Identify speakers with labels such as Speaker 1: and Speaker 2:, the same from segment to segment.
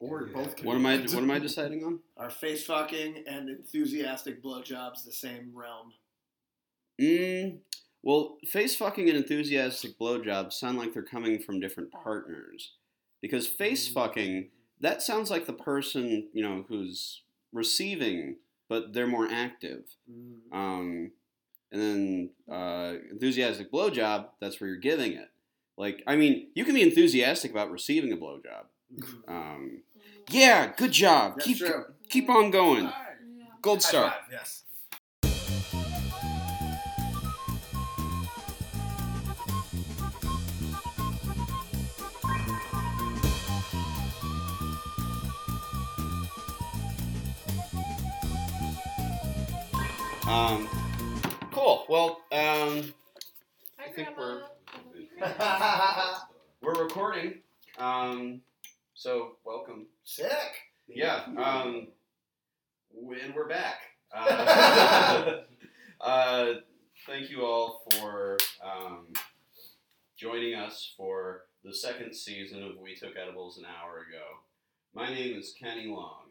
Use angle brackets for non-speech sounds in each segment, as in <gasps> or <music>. Speaker 1: or
Speaker 2: Yeah.
Speaker 1: both. Can
Speaker 3: What
Speaker 1: be.
Speaker 3: am I? What am I deciding on?
Speaker 4: Are face fucking and enthusiastic blowjobs the same realm?
Speaker 3: Mm, well, face fucking and enthusiastic blowjobs sound like they're coming from different partners, because face
Speaker 1: Mm.
Speaker 3: fucking that sounds like the person you know who's receiving, but they're more active. Um, and then uh, enthusiastic blowjob, that's where you're giving it. Like, I mean, you can be enthusiastic about receiving a blowjob.
Speaker 4: Mm.
Speaker 3: Um, yeah, good job.
Speaker 4: That's
Speaker 3: keep
Speaker 4: true.
Speaker 3: keep on going. Gold
Speaker 2: High
Speaker 3: star.
Speaker 2: five, yes.
Speaker 3: Um, cool. Well, um,
Speaker 5: Hi,
Speaker 3: think
Speaker 5: Grandma.
Speaker 3: we're recording. Um, so welcome.
Speaker 4: <laughs> Sick.
Speaker 3: Yeah. Um, w- and we're back. Uh, <laughs> uh, thank you all for um, joining us for the second season of We Took Edibles an hour ago. My name is Kenny Long,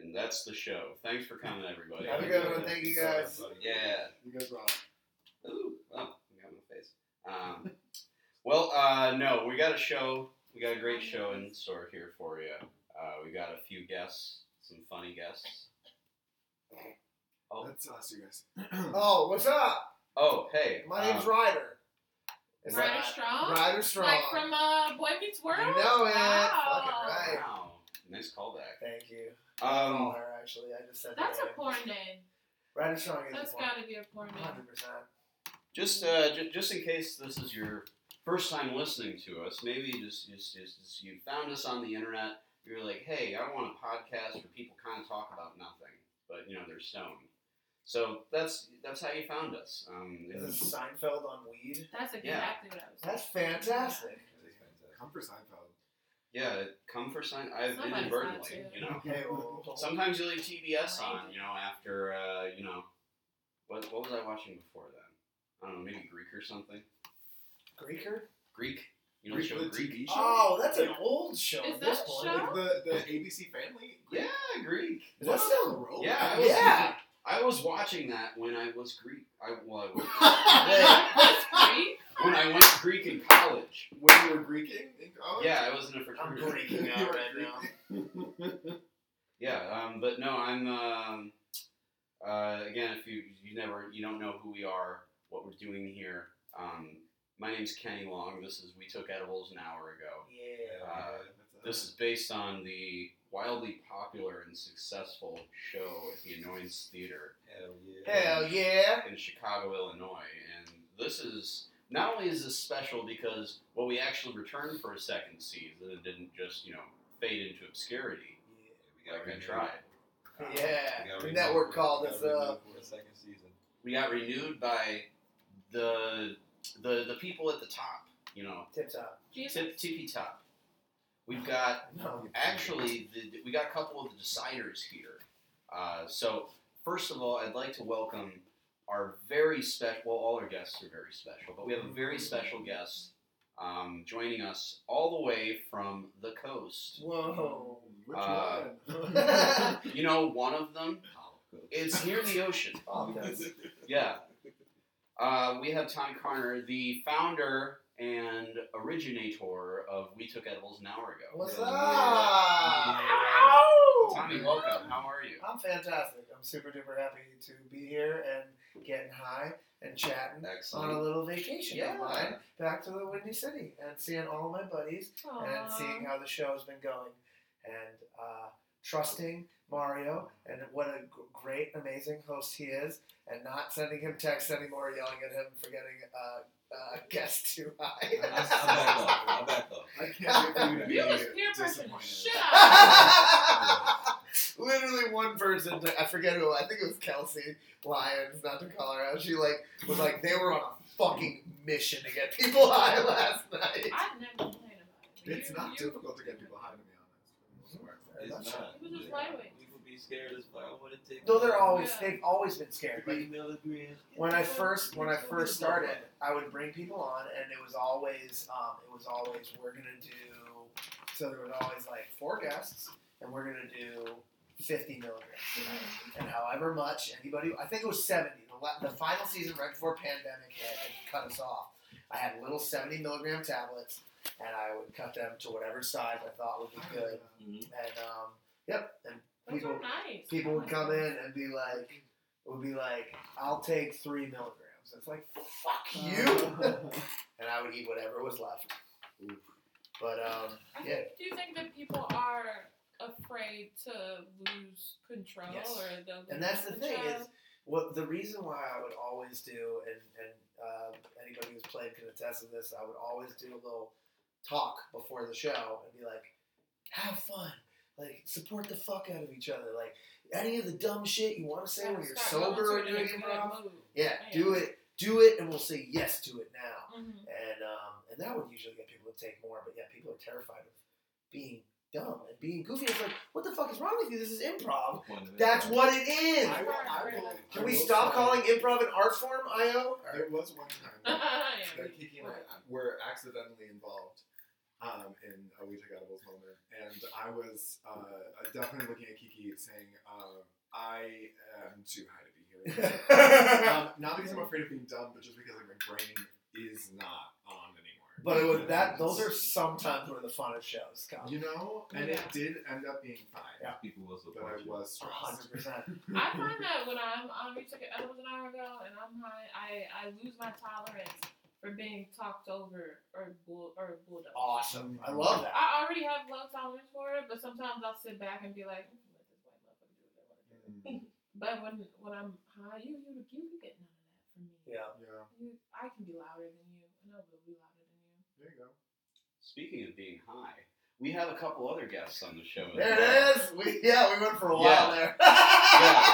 Speaker 3: and that's the show. Thanks for coming, everybody.
Speaker 4: Have a good one. Thank you guys.
Speaker 3: Yeah.
Speaker 4: You guys rock.
Speaker 1: uh,
Speaker 3: Ooh, oh, I got my face. Um, well, uh, no, we got a show. We got a great show in store here for you. Uh, we got a few guests, some funny guests.
Speaker 1: That's us, you guys.
Speaker 4: Oh, what's up?
Speaker 3: Oh, hey.
Speaker 4: My name's
Speaker 3: um,
Speaker 4: Ryder. <laughs> Is
Speaker 5: Ryder
Speaker 4: that-
Speaker 5: Strong?
Speaker 4: Ryder Strong.
Speaker 5: Like from uh, Boy Meets World?
Speaker 4: You know it.
Speaker 5: Wow.
Speaker 4: Fucking right.
Speaker 3: Wow, nice callback.
Speaker 4: Thank you.
Speaker 3: Um,
Speaker 4: Caller, actually, I just said
Speaker 5: That's
Speaker 4: that.
Speaker 5: a porn name.
Speaker 4: Ryder Strong is
Speaker 5: That's
Speaker 4: a porn.
Speaker 5: gotta be a porn name.
Speaker 4: 100%.
Speaker 3: just, uh, j- just in case this is your first time listening to us, maybe you just, just, just, just you found us on the internet. You're like, hey, I want a podcast where people kind of talk about nothing, but you know they're stoned. So that's that's how you found us. Um,
Speaker 4: Is this Seinfeld on weed?
Speaker 5: That's exactly
Speaker 3: Yeah.
Speaker 5: what I was <laughs>
Speaker 4: That's fantastic.
Speaker 1: Come for Seinfeld.
Speaker 3: Yeah, come for sign. I've
Speaker 5: Somebody's got
Speaker 3: inadvertently,
Speaker 5: to.
Speaker 3: you know.
Speaker 4: Okay, well,
Speaker 3: Sometimes you leave TBS on, you know, after uh, you know, what what was I watching before then? I don't know, maybe Greek or something.
Speaker 4: Greeker?
Speaker 3: Greek. You know,
Speaker 1: Greek
Speaker 3: the show
Speaker 1: the
Speaker 3: Greek.
Speaker 1: TV show?
Speaker 4: Oh, that's an old show.
Speaker 5: Is
Speaker 4: at this
Speaker 5: that
Speaker 4: point.
Speaker 5: show?
Speaker 1: Like the, the ABC Family?
Speaker 3: Yeah, Greek.
Speaker 1: Is that
Speaker 4: What?
Speaker 1: still on the roll?
Speaker 3: Yeah, I was,
Speaker 4: Yeah.
Speaker 3: I was watching that when I was Greek. I well, I was,
Speaker 5: thinking.
Speaker 3: when I went to Greek in college.
Speaker 1: When you were Greeking in college?
Speaker 3: Yeah, I was in a
Speaker 4: I'm
Speaker 3: fraternity.
Speaker 4: breaking
Speaker 1: You
Speaker 4: out
Speaker 1: were
Speaker 4: right now.
Speaker 3: Yeah, um, but no, I'm um, uh, again. If you you never you don't know who we are, what we're doing here. Um, my name's Kenny Long. This is we took edibles an hour ago.
Speaker 4: Yeah.
Speaker 3: Uh, This is based on the wildly popular and successful show at the Annoyance Theater
Speaker 2: Hell yeah.
Speaker 4: Hell yeah.
Speaker 3: in Chicago, Illinois. And this is not only is this special because well, we actually returned for a second season and didn't just you know fade into obscurity
Speaker 2: We got
Speaker 3: like I
Speaker 1: Mm-hmm.
Speaker 2: renewed.
Speaker 3: tried.
Speaker 4: Yeah.
Speaker 3: Um,
Speaker 2: We got
Speaker 4: Yeah. The
Speaker 2: renewed
Speaker 4: network
Speaker 2: for-
Speaker 4: called
Speaker 2: we got
Speaker 4: us
Speaker 2: renewed
Speaker 4: up.
Speaker 2: for a second season.
Speaker 3: we got renewed by the the the people at the top, you know,
Speaker 4: <laughs> Tip top.
Speaker 5: Jesus.
Speaker 3: tip tippy top. We've got
Speaker 4: No.
Speaker 3: actually the, we got a couple of the deciders here. Uh, so first of all, I'd like to welcome our very special. Well, all our guests are very special, but we have a very special guest um, joining us all the way from the coast.
Speaker 4: Whoa. <laughs>
Speaker 1: Which
Speaker 3: uh,
Speaker 1: one?
Speaker 3: You know, one of them. It's near the ocean.
Speaker 4: Oh, that's-
Speaker 3: Yeah. Uh, we have Tom Carner, the founder and originator of We Took Edibles an hour ago.
Speaker 4: What's
Speaker 2: Yeah.
Speaker 4: up?
Speaker 3: Tommy, welcome. How are you?
Speaker 4: I'm fantastic. I'm super duper happy to be here and getting high and chatting on a
Speaker 3: Excellent.
Speaker 4: little vacation
Speaker 3: Yeah.
Speaker 4: of <laughs> mine back to the Windy City and seeing all my buddies and seeing how the show's been going and uh, trusting Mario and what a g- great, amazing host he is, and not sending him texts anymore, yelling at him for getting uh, uh, guest <laughs> too
Speaker 2: I'm back
Speaker 4: high.
Speaker 2: up. I'm back up.
Speaker 1: I can't wait for you to
Speaker 5: You
Speaker 1: be
Speaker 5: just peer pressure the
Speaker 4: <laughs>
Speaker 1: disappointed.
Speaker 5: shit out
Speaker 4: Literally one person, I forget who, I think it was Kelsey Lyons, not to call her out. She like was like they were on a fucking mission to get people <laughs> high last night.
Speaker 5: of me. I've never complained about it.
Speaker 1: It's
Speaker 5: You-
Speaker 1: not
Speaker 5: you-
Speaker 1: difficult to get people high, to be honest. for the most part.
Speaker 2: It's not.
Speaker 5: Who's his
Speaker 2: Yeah.
Speaker 5: flyweight?
Speaker 2: People be scared as fuck. I wanna take
Speaker 4: Though they're always
Speaker 5: Yeah.
Speaker 4: they've always been scared. Like
Speaker 2: Three milligrams.
Speaker 4: when I first when I first started, I would bring people on, and it was always um, it was always we're gonna do So there was always like four guests, and we're gonna do fifty milligrams, and however much anybody. I think it was seventy. The, la- the final season, right before pandemic hit and cut us off, I had little seventy milligram tablets, and I would cut them to whatever size I thought would be good.
Speaker 2: Mhm.
Speaker 4: And um, yep, and
Speaker 5: Those
Speaker 4: people
Speaker 5: are nice.
Speaker 4: people would come in and be like, would be like, I'll take three milligrams. It's like, fuck you. and I would eat whatever was left. But um,
Speaker 5: I
Speaker 4: yeah,
Speaker 5: think- Do you think that people are afraid to lose control
Speaker 4: Yes.
Speaker 5: or they'll lose
Speaker 4: and that's the thing
Speaker 5: control?
Speaker 4: is, what the reason why I would always do, and and uh, anybody who's played can attest to this. I would always do a little talk before the show and be like, have fun. Like support the fuck out of each other. Like any of the dumb shit you want to say when you're
Speaker 5: Start going
Speaker 4: sober or
Speaker 5: to it
Speaker 4: doing
Speaker 5: in a good
Speaker 4: improv.
Speaker 5: mood.
Speaker 4: Yeah,
Speaker 5: Yeah.
Speaker 4: do it, do it, and we'll say yes to it now.
Speaker 5: Mhm.
Speaker 4: and um, and that would usually get people to take more. But yeah, people are terrified of being dumb and being goofy. It's like, what the fuck is wrong with you? This is improv.
Speaker 2: One minute.
Speaker 4: That's what it is.
Speaker 1: I will, I will,
Speaker 4: Can
Speaker 1: I
Speaker 4: we
Speaker 1: will
Speaker 4: stop
Speaker 1: say-
Speaker 4: calling improv an art form, Io?
Speaker 1: There was one time
Speaker 5: <laughs> <laughs> Yeah.
Speaker 1: that Kiki and I were accidentally involved um, in a We Take Edibles moment, and I was uh, definitely looking at Kiki saying, um, "I am too high to be here."
Speaker 4: <laughs>
Speaker 1: um, not because I'm afraid of being dumb, but just because like, my brain is not on anymore.
Speaker 4: <laughs> but it was that. Those are sometimes one of the funnest shows.
Speaker 1: you know, and it did end up being fine.
Speaker 4: Yeah.
Speaker 2: People will
Speaker 1: But I
Speaker 2: support you.
Speaker 1: was stressed.
Speaker 4: hundred percent.
Speaker 5: I find that when I'm on we took an edibles an hour ago and I'm high, I, I lose my tolerance for being talked over or bull or bulldozed.
Speaker 4: Awesome. I love that.
Speaker 5: I already have low tolerance for it, but sometimes I'll sit back and be like, "Mm, let this white
Speaker 4: Mm.
Speaker 5: motherfucker do what they want to do. But when when I'm high, you you you can get none of that from me.
Speaker 4: Yeah.
Speaker 1: Yeah,
Speaker 5: You, I can be louder than you, and I will be louder than you.
Speaker 1: there you go.
Speaker 3: Speaking of being high, we have a couple other guests on the show. as
Speaker 4: There
Speaker 3: well.
Speaker 4: it is. We yeah, we went for a while
Speaker 3: Yeah.
Speaker 4: there.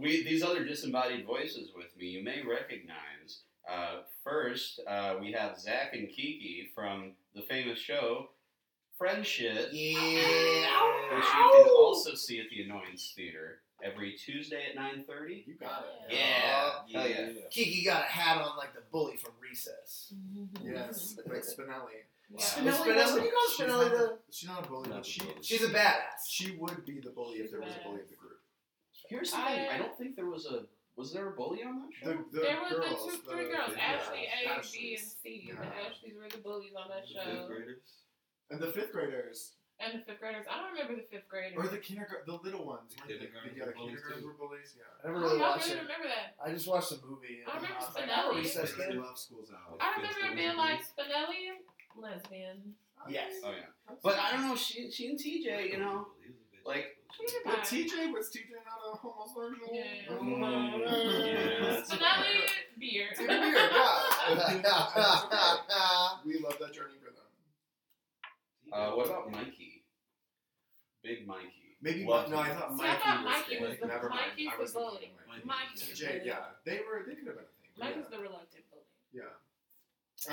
Speaker 3: We these other disembodied voices with me you may recognize. Uh, first, uh, we have Zach and Kiki from the famous show Friendship, which you
Speaker 4: <laughs> Yeah.
Speaker 3: can also see at the Annoyance Theater every Tuesday at nine thirty.
Speaker 1: You got it.
Speaker 3: Yeah,
Speaker 2: Yeah.
Speaker 3: hell yeah.
Speaker 4: Kiki got a hat on like the bully from Recess.
Speaker 1: Mm-hmm. Yes, like Spinelli.
Speaker 5: Yeah.
Speaker 4: Spinelli,
Speaker 1: Spinelli
Speaker 4: was- what do you call
Speaker 1: She's
Speaker 4: Spinelli?
Speaker 1: not-
Speaker 4: The,
Speaker 1: She's not a bully,
Speaker 2: Not
Speaker 1: but
Speaker 2: a
Speaker 1: she
Speaker 2: bully.
Speaker 4: she's a badass.
Speaker 1: she would be the bully if there was a bully of the group.
Speaker 3: Here's the thing: I don't think there was a was there a bully on that show?
Speaker 1: The, the
Speaker 5: there was
Speaker 1: girls,
Speaker 5: the two, three girls,
Speaker 1: yeah,
Speaker 5: Ashley, A, B, and
Speaker 1: Ashleys.
Speaker 5: C. The
Speaker 1: Yeah.
Speaker 5: Ashleys were the bullies on that
Speaker 2: The
Speaker 5: show,
Speaker 2: fifth graders.
Speaker 1: and the fifth graders
Speaker 5: and the fifth graders. I don't remember the fifth graders.
Speaker 1: or the kindergarten, the little ones.
Speaker 2: The
Speaker 1: weren't they?
Speaker 2: kindergarten
Speaker 1: yeah, the
Speaker 2: were bullies,
Speaker 1: kindergarten
Speaker 2: too.
Speaker 1: were bullies. Yeah.
Speaker 4: I never
Speaker 5: oh,
Speaker 4: really
Speaker 5: y'all
Speaker 4: watched
Speaker 5: really
Speaker 4: it.
Speaker 5: remember that?
Speaker 4: I just watched the movie. And
Speaker 5: I remember
Speaker 4: was like, oh,
Speaker 5: Spinelli.
Speaker 4: Recess
Speaker 1: They
Speaker 4: kid.
Speaker 1: love schools out.
Speaker 5: I remember it being like Spinelli, lesbian.
Speaker 4: <laughs> Yes.
Speaker 3: Oh yeah, but I don't know. She she and TJ, you know, like-
Speaker 1: But TJ was TJ not a homosexual. Mm-hmm.
Speaker 5: Yeah.
Speaker 3: Mm, Yeah.
Speaker 5: Spinelli, beer.
Speaker 1: Dude, beer,
Speaker 5: <laughs>
Speaker 1: yeah.
Speaker 4: I
Speaker 1: We love that journey for them.
Speaker 3: uh, what about Mikey? Big Mikey.
Speaker 1: Maybe
Speaker 3: Love
Speaker 1: no, I
Speaker 3: him.
Speaker 1: thought
Speaker 5: See, I
Speaker 1: Mikey
Speaker 5: thought
Speaker 1: was
Speaker 5: Mikey
Speaker 1: gay.
Speaker 5: was the-
Speaker 1: Never mind.
Speaker 5: Mikey's
Speaker 1: I
Speaker 5: the
Speaker 1: was thinking
Speaker 5: bully.
Speaker 1: Mikey.
Speaker 5: Mikey's the
Speaker 1: TJ,
Speaker 5: bully.
Speaker 1: yeah, they were. They could have been a thing. but
Speaker 5: Mike
Speaker 1: yeah.
Speaker 5: is the reluctant bully.
Speaker 1: Yeah.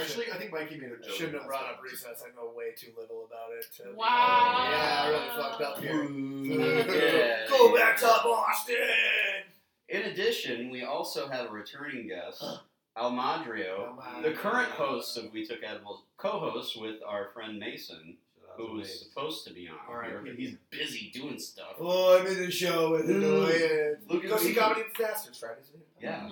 Speaker 1: Actually, I think Mikey made a joke.
Speaker 4: shouldn't have
Speaker 1: last
Speaker 4: brought
Speaker 1: time.
Speaker 4: up Recess. I know way too little about it. To be-
Speaker 5: Wow.
Speaker 4: Yeah, I really fucked up here.
Speaker 3: Yeah.
Speaker 4: <laughs> Go back to Boston.
Speaker 3: In addition, we also have a returning
Speaker 1: <gasps>
Speaker 3: guest, Almadrio,
Speaker 4: Almadrio.
Speaker 3: Oh. the current host of We Took Edibles, co-host with our friend Mason, who was supposed to be on
Speaker 1: All right,
Speaker 3: here, but he's busy doing stuff.
Speaker 4: Oh, I'm in the show with
Speaker 3: Mm.
Speaker 4: annoyance.
Speaker 3: Look at
Speaker 4: Go see
Speaker 1: Mm.
Speaker 3: me.
Speaker 4: Comedy Disasters, right? Isn't it?
Speaker 3: Yeah,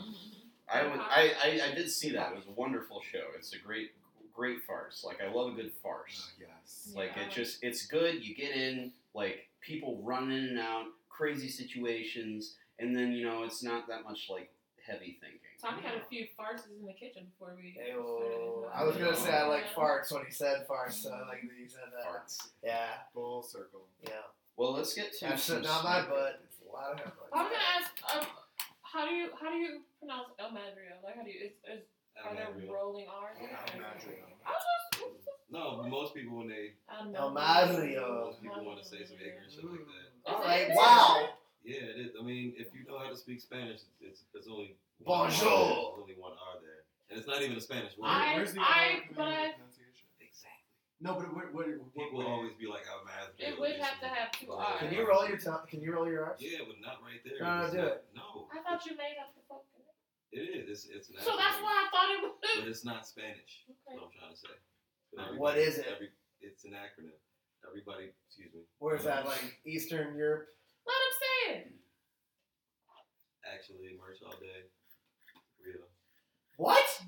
Speaker 3: I would. I, I I did see that. It was a wonderful show. It's a great great farce. Like I love a good farce.
Speaker 1: Oh, yes.
Speaker 3: Like
Speaker 5: Yeah.
Speaker 3: it just it's good. You get in like people run in and out, crazy situations, and then you know it's not that much like heavy thinking.
Speaker 5: Tommy had a few farces in the kitchen before we.
Speaker 4: Ayo. oh, I was gonna say I like farts when he said farts, so I like that he said that.
Speaker 3: Farts.
Speaker 4: Yeah,
Speaker 1: Full circle.
Speaker 4: yeah.
Speaker 3: Well, let's get to
Speaker 4: That's
Speaker 3: some
Speaker 4: sitting on my
Speaker 3: snippet.
Speaker 4: butt. It's a lot of hair.
Speaker 5: I was gonna ask, um, how do you how do you pronounce El Madrio? Like how do you is, is are there rolling R's? in it?
Speaker 1: El Madrio.
Speaker 5: I was just-
Speaker 2: No, but most people when they
Speaker 5: I don't
Speaker 4: El
Speaker 5: know.
Speaker 4: Madrio.
Speaker 2: most people want to say some ignorant shit like that.
Speaker 4: All
Speaker 5: Is
Speaker 4: right.
Speaker 5: it-
Speaker 4: Wow.
Speaker 2: Yeah, it is. I mean, if you know how to speak Spanish, it's, it's, it's only one R
Speaker 4: Bonjour.
Speaker 2: there. There's only one R there, and it's not even a Spanish word.
Speaker 5: I-
Speaker 1: Where's the
Speaker 5: I-
Speaker 1: other
Speaker 5: but I-
Speaker 1: pronunciation?
Speaker 2: exactly.
Speaker 1: No, but what? What? what-
Speaker 2: People
Speaker 1: what-
Speaker 2: always be like, "I'm mad."
Speaker 5: It would have to have two R's.
Speaker 4: Can you roll your tongue? Can you roll your arms?
Speaker 2: Yeah, but not right there.
Speaker 4: No, no,
Speaker 2: It's
Speaker 4: do
Speaker 2: not-
Speaker 4: it.
Speaker 2: No.
Speaker 5: I thought you made up the fucking.
Speaker 2: It is. It's it's an
Speaker 5: So that's
Speaker 2: acronym,
Speaker 5: why I thought it was.
Speaker 2: But it's not Spanish. is
Speaker 5: Okay.
Speaker 2: What I'm trying to say.
Speaker 4: What is it?
Speaker 2: Every, it's an acronym. Everybody, excuse me.
Speaker 4: Where is that? Like Eastern Europe?
Speaker 5: Let him say it.
Speaker 2: Actually, merch all day. Real.
Speaker 4: What?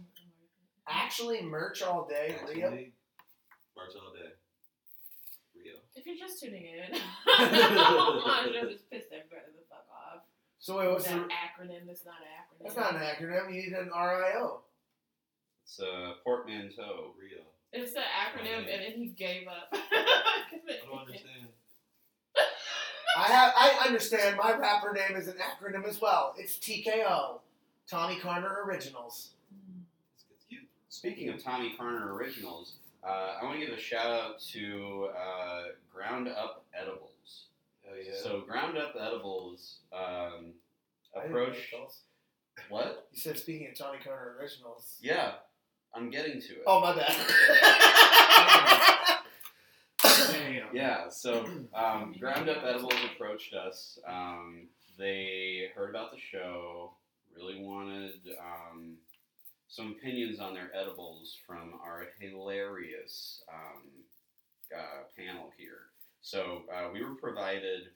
Speaker 4: Actually, merch all day,
Speaker 2: Actually,
Speaker 4: Leo.
Speaker 2: merch all day. Real.
Speaker 5: If you're just tuning in, <laughs> I'm
Speaker 4: <laughs>
Speaker 5: just pissed everybody the fuck off.
Speaker 4: So wait, what's
Speaker 5: that
Speaker 4: the?
Speaker 5: acronym is not an acronym.
Speaker 4: That's not an acronym. You need an RIO.
Speaker 3: It's a portmanteau.
Speaker 2: Real.
Speaker 5: It's the acronym, and then he gave up. <laughs>
Speaker 2: I don't understand.
Speaker 4: I have. I understand. My rapper name is an acronym as well. It's TKO, Tommy Carner Originals.
Speaker 2: It's, it's cute.
Speaker 3: Speaking of Tommy Carner originals, uh, I want to give a shout out to uh, Ground Up Edibles.
Speaker 2: Hell yeah.
Speaker 3: So Ground Up Edibles um,
Speaker 4: I didn't know
Speaker 3: approach
Speaker 4: what else.
Speaker 3: what?
Speaker 4: You said speaking of Tommy Carner Originals.
Speaker 3: Yeah, I'm getting to it.
Speaker 4: Oh my bad.
Speaker 1: Damn.
Speaker 3: Yeah, so um, Ground Up Edibles approached us. Um, they heard about the show, really wanted um, some opinions on their edibles from our hilarious um, uh, panel here. So uh, we were provided,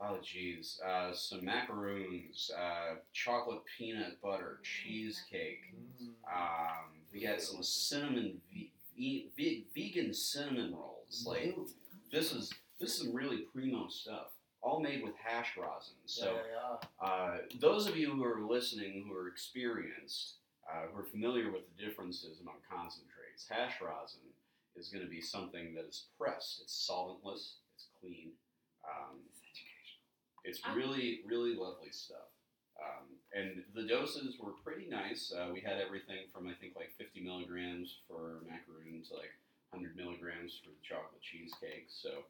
Speaker 3: oh geez, uh, some macaroons, uh, chocolate peanut butter cheesecake. Um, we got some cinnamon, ve- ve- ve- vegan cinnamon rolls. Like this is this is some really primo stuff, all made with hash rosin. <laughs> So uh, those of you who are listening, who are experienced, uh, who are familiar with the differences among concentrates, hash rosin is going to be something that is pressed. It's solventless. It's clean. Um, it's really really lovely stuff. Um, and the doses were pretty nice. Uh, we had everything from I think like 50 milligrams for macaroon to like 100 milligrams for the chocolate cheesecake. So,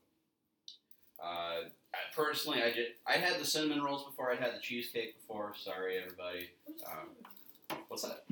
Speaker 3: uh, I- personally, I did. I had the cinnamon rolls before. I'd had the cheesecake before. Sorry, everybody. Um, What's that?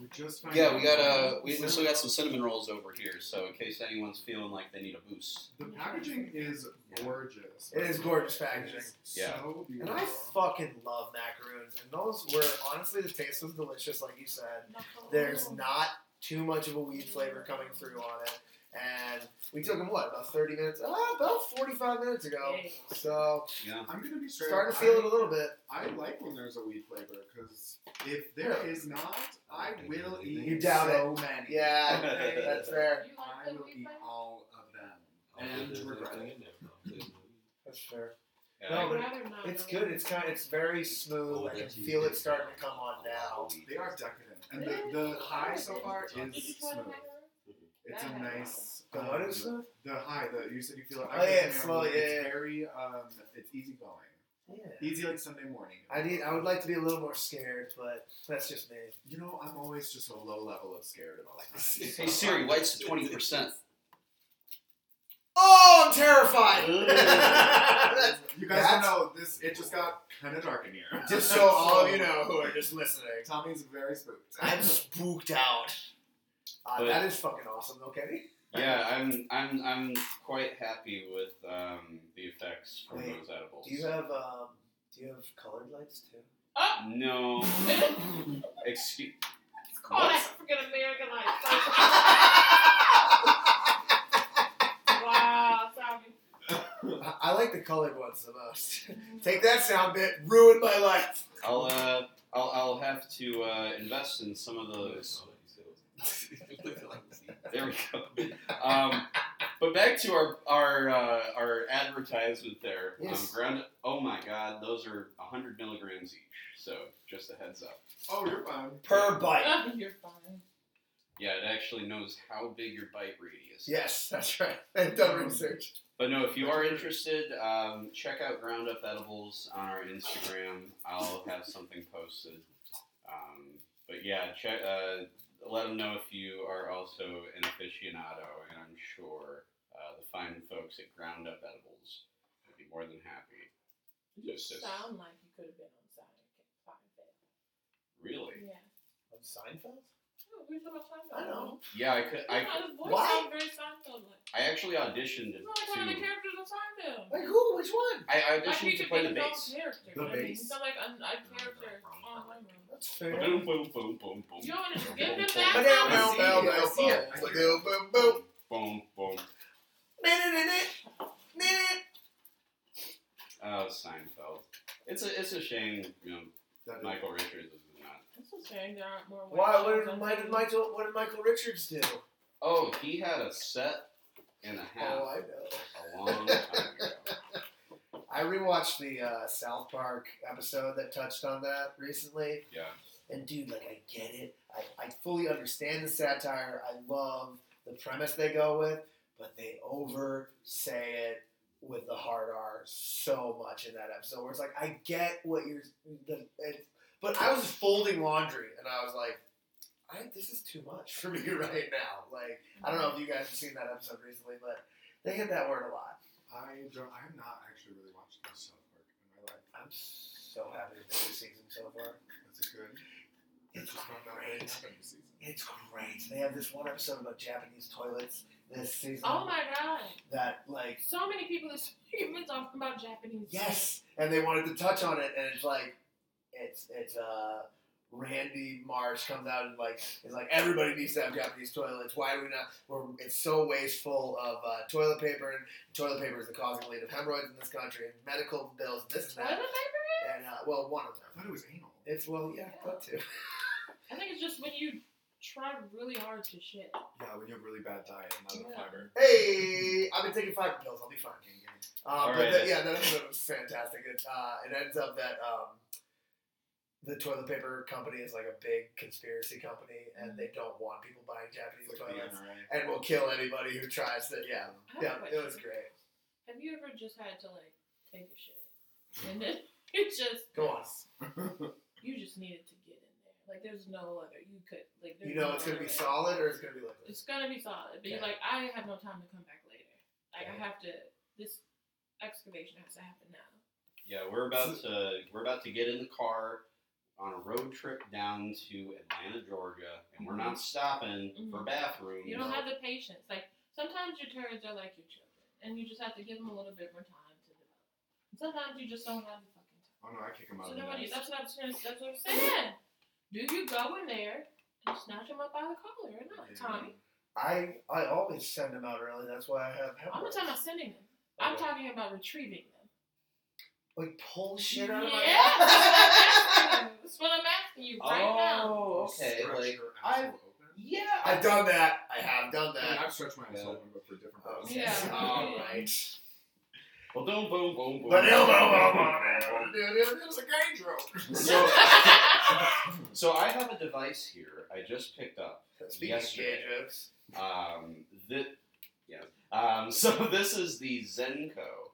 Speaker 1: We just found
Speaker 3: Yeah, we got
Speaker 1: out-
Speaker 3: uh, we, we still got some cinnamon rolls over here. So in case anyone's feeling like they need a boost,
Speaker 1: The packaging is
Speaker 3: Yeah.
Speaker 1: gorgeous.
Speaker 4: It is gorgeous packaging.
Speaker 1: It is
Speaker 3: Yeah.
Speaker 1: So
Speaker 4: And
Speaker 1: beautiful.
Speaker 4: I fucking love macaroons. And those were honestly the taste was delicious, like you said. There's not too much of a weed flavor coming through on it. And we took them what about 30 minutes? Ah, about 45 minutes ago. So
Speaker 3: yeah.
Speaker 1: I'm gonna be straight.
Speaker 4: starting to
Speaker 1: up,
Speaker 4: feel
Speaker 1: I-
Speaker 4: it a little bit.
Speaker 1: I like when there's a weed flavor because if there
Speaker 4: Yeah.
Speaker 1: is not, I will eat.
Speaker 2: You
Speaker 4: doubt
Speaker 1: so
Speaker 4: <laughs>
Speaker 1: many.
Speaker 4: Yeah,
Speaker 1: Okay?
Speaker 4: that's fair.
Speaker 5: You like
Speaker 1: I
Speaker 5: them,
Speaker 1: will eat all of them.
Speaker 2: I don't think
Speaker 1: And
Speaker 2: there's
Speaker 1: regret
Speaker 2: anything
Speaker 1: it.
Speaker 2: in there, though. There's no-
Speaker 4: That's fair.
Speaker 3: Yeah.
Speaker 4: No, but It's good. It's kind. It's very smooth.
Speaker 2: Oh,
Speaker 4: I can
Speaker 2: that cheese
Speaker 4: feel it
Speaker 2: dip.
Speaker 4: starting to come on <laughs> now.
Speaker 1: They are decadent, and the, the high so far is smooth. It's a nice.
Speaker 4: The what
Speaker 1: um,
Speaker 4: is it?
Speaker 1: the high? The you said you feel it.
Speaker 4: Oh, yeah, it's
Speaker 1: Um,
Speaker 4: slow, yeah,
Speaker 1: It's
Speaker 4: yeah.
Speaker 1: very um, it's easy going.
Speaker 4: Yeah.
Speaker 1: Easy like Sunday morning.
Speaker 4: I need. I would like to be a little more scared, but that's just me.
Speaker 1: You know, I'm always just a low level of scared
Speaker 4: <laughs>
Speaker 1: at all times.
Speaker 3: Hey Siri, lights to twenty percent.
Speaker 4: Oh, I'm terrified. That's-
Speaker 1: <laughs> You guys
Speaker 4: That's-
Speaker 1: don't know this. It just got kind of dark in here.
Speaker 4: <laughs> <laughs> just
Speaker 1: <laughs>
Speaker 4: so all of you know who are just listening,
Speaker 1: Tommy's very spooked.
Speaker 4: I'm spooked out. Uh,
Speaker 3: But-
Speaker 4: that is fucking awesome. <laughs> Okay.
Speaker 3: Yeah, I'm I'm I'm quite happy with um, the effects from
Speaker 4: Wait,
Speaker 3: those edibles.
Speaker 4: Do you have um? Do you have colored lights <laughs> too?
Speaker 3: no excuse.
Speaker 5: <laughs> It's called
Speaker 3: What?
Speaker 5: African American <laughs> Life. wow, sorry.
Speaker 4: I, I like the colored ones the most. <laughs> Take that sound bit, ruin my life.
Speaker 3: I'll uh I'll I'll have to uh, invest in some of those.
Speaker 2: I'll let you say what's- Just <laughs> look at like the seed.
Speaker 3: <laughs> There we go. Um, but back to our our uh, our advertisement there.
Speaker 4: Yes.
Speaker 3: Um, ground. Oh my God, those are hundred milligrams each. So just a heads up.
Speaker 1: <laughs> oh, you're fine.
Speaker 4: Per bite.
Speaker 5: You're fine.
Speaker 3: Yeah, it actually knows how big your bite radius. is.
Speaker 4: Yes, that's right. <laughs> I've done research.
Speaker 3: But no, if you are interested, um, check out Ground Up Edibles on our Instagram. I'll have something posted. Um, but yeah, check. Uh, let them know if you are also an aficionado, and I'm sure uh, the fine folks at Ground Up Edibles would be more than happy.
Speaker 5: You
Speaker 3: Yes, yes.
Speaker 5: sound like you could have been on Seinfeld.
Speaker 3: Really?
Speaker 5: Yeah.
Speaker 4: On Seinfeld?
Speaker 5: Oh, we were talking
Speaker 4: I
Speaker 5: about
Speaker 4: know.
Speaker 5: Seinfeld.
Speaker 3: Yeah, I could. I,
Speaker 5: Yeah, his voice
Speaker 4: Why?
Speaker 5: sounds very Seinfeld like.
Speaker 3: I actually auditioned
Speaker 5: He's like one of the
Speaker 3: to.
Speaker 5: characters on Seinfeld.
Speaker 4: Like who? Which one?
Speaker 3: I
Speaker 5: Like he
Speaker 3: auditioned to
Speaker 5: could
Speaker 3: play
Speaker 5: be
Speaker 3: the
Speaker 5: his own
Speaker 3: bass.
Speaker 5: character.
Speaker 1: The
Speaker 5: you know what I mean?
Speaker 1: bass.
Speaker 5: He's not like an- a character Oh, on one room.
Speaker 4: That's
Speaker 3: Boom, boom, boom, boom, boom.
Speaker 5: You don't want to just give him
Speaker 3: Boom,
Speaker 5: that
Speaker 3: boom,
Speaker 5: now?
Speaker 3: boom,
Speaker 1: I see it, I see it.
Speaker 3: boom, boom, boom.
Speaker 6: Oh, Seinfeld. It's a it's a shame you know,
Speaker 1: That
Speaker 6: Michael Richards is not.
Speaker 5: It's a shame there aren't more.
Speaker 4: Why?
Speaker 5: white
Speaker 4: What
Speaker 5: shows
Speaker 4: did,
Speaker 5: on
Speaker 4: why did
Speaker 5: TV.
Speaker 4: Michael? What did Michael Richards do?
Speaker 6: Oh, he had a set and a
Speaker 4: Oh,
Speaker 6: half
Speaker 4: I know.
Speaker 6: a long time
Speaker 4: <laughs>
Speaker 6: ago.
Speaker 4: I rewatched the uh, South Park episode that touched on that recently,
Speaker 6: Yeah.
Speaker 4: And dude, like I get it. I, I fully understand the satire. I love the premise they go with, but they over say it with the hard R so much in that episode where it's like, I get what you're the it, but I was folding laundry and I was like, I this is too much for me <laughs> right now. Like I don't know if you guys have seen that episode recently, but they hit that word a lot.
Speaker 1: I don't. I have not actually really watched this South Park in my life.
Speaker 4: I'm so happy with the season so far.
Speaker 1: Is it good?
Speaker 4: It's
Speaker 1: just found out they
Speaker 4: great.
Speaker 1: happened this season.
Speaker 4: It's great. They have this one episode about Japanese toilets this season.
Speaker 5: Oh my god!
Speaker 4: that like
Speaker 5: So many people <laughs> this week been talking about Japanese.
Speaker 4: yes, and they wanted to touch on it, and it's like it's it's uh Randy Marsh comes out and like is like everybody needs to have Japanese toilets. Why do we not? We're it's so wasteful of uh, toilet paper, and toilet paper is the causing lead of hemorrhoids in this country, and medical bills, this and
Speaker 5: Toilet
Speaker 4: that,
Speaker 5: paper?
Speaker 4: and uh, well, one of
Speaker 1: I
Speaker 4: them.
Speaker 1: thought it was anal.
Speaker 4: It's well, yeah, that too.
Speaker 5: I think it's just when you try really hard to shit.
Speaker 1: Yeah, when you have really bad diet and not enough
Speaker 5: Yeah.
Speaker 1: fiber.
Speaker 4: Hey, I've been taking fiber pills. I'll be fine. Uh,
Speaker 3: All
Speaker 4: but
Speaker 3: right.
Speaker 4: that- yeah, that episode was fantastic. It, uh, it ends up that um, the toilet paper company is like a big conspiracy company, and they don't want people buying Japanese
Speaker 1: It's like the
Speaker 4: toilets,
Speaker 1: NRA.
Speaker 4: and will kill anybody who tries to. Yeah,
Speaker 5: I have a
Speaker 4: yeah, it
Speaker 5: question.
Speaker 4: was great.
Speaker 5: Have you ever just had to like take a shit and then <laughs> it just
Speaker 4: Go on.
Speaker 5: <laughs> you just needed to get in there. Like there's no other you could like. There's
Speaker 4: You know
Speaker 5: no
Speaker 4: it's gonna be
Speaker 5: other way.
Speaker 4: solid or it's gonna be liquid.
Speaker 5: It's gonna be solid, but you're
Speaker 4: Okay.
Speaker 5: like I have no time to come back later.
Speaker 4: Okay.
Speaker 5: Like I have to. This excavation has to happen now.
Speaker 3: Yeah, we're about to we're about to get in the car on a road trip down to Atlanta, Georgia, and we're
Speaker 4: Mm-hmm.
Speaker 3: not stopping for
Speaker 5: Mhm.
Speaker 3: bathrooms.
Speaker 5: You don't have the patience. Like sometimes your turds are like your children, and you just have to give them a little bit more time to develop. And sometimes you just don't have the fucking time.
Speaker 1: Oh no, I kick him out
Speaker 5: So
Speaker 1: of the
Speaker 5: nobody.
Speaker 1: nest.
Speaker 5: That's what I'm saying. That's what I'm saying. Do you go in there and snatch them up by the collar or not,
Speaker 1: Yeah.
Speaker 5: Tommy?
Speaker 4: I I always send them out early. That's why I have
Speaker 5: I'm not
Speaker 4: hemorrhoids.
Speaker 5: talking about sending them. I'm
Speaker 4: Okay.
Speaker 5: talking about retrieving them.
Speaker 4: like pull shit out of my.
Speaker 5: Yeah, that's what I'm asking you. That's what I'm asking you right now. <laughs>
Speaker 3: Oh, okay.
Speaker 1: Stretch
Speaker 3: Like
Speaker 1: your
Speaker 3: I
Speaker 1: asshole open.
Speaker 3: yeah,
Speaker 4: I've done that. I have done
Speaker 1: I mean,
Speaker 4: that.
Speaker 1: I've stretched my asshole open, but for different purposes.
Speaker 5: Yeah.
Speaker 4: Okay.
Speaker 1: <laughs>
Speaker 4: All right.
Speaker 3: Well, boom, boom, boom, boom.
Speaker 4: But <laughs> no, no, no, no,
Speaker 1: <laughs>
Speaker 4: no. Dude, it was a great joke.
Speaker 3: <laughs> So, so I have a device here I just picked up.
Speaker 4: Speaking of gay
Speaker 3: Yesterday.
Speaker 4: jokes,
Speaker 3: Um, thi- yeah. Um, <laughs> so this is the Zenko.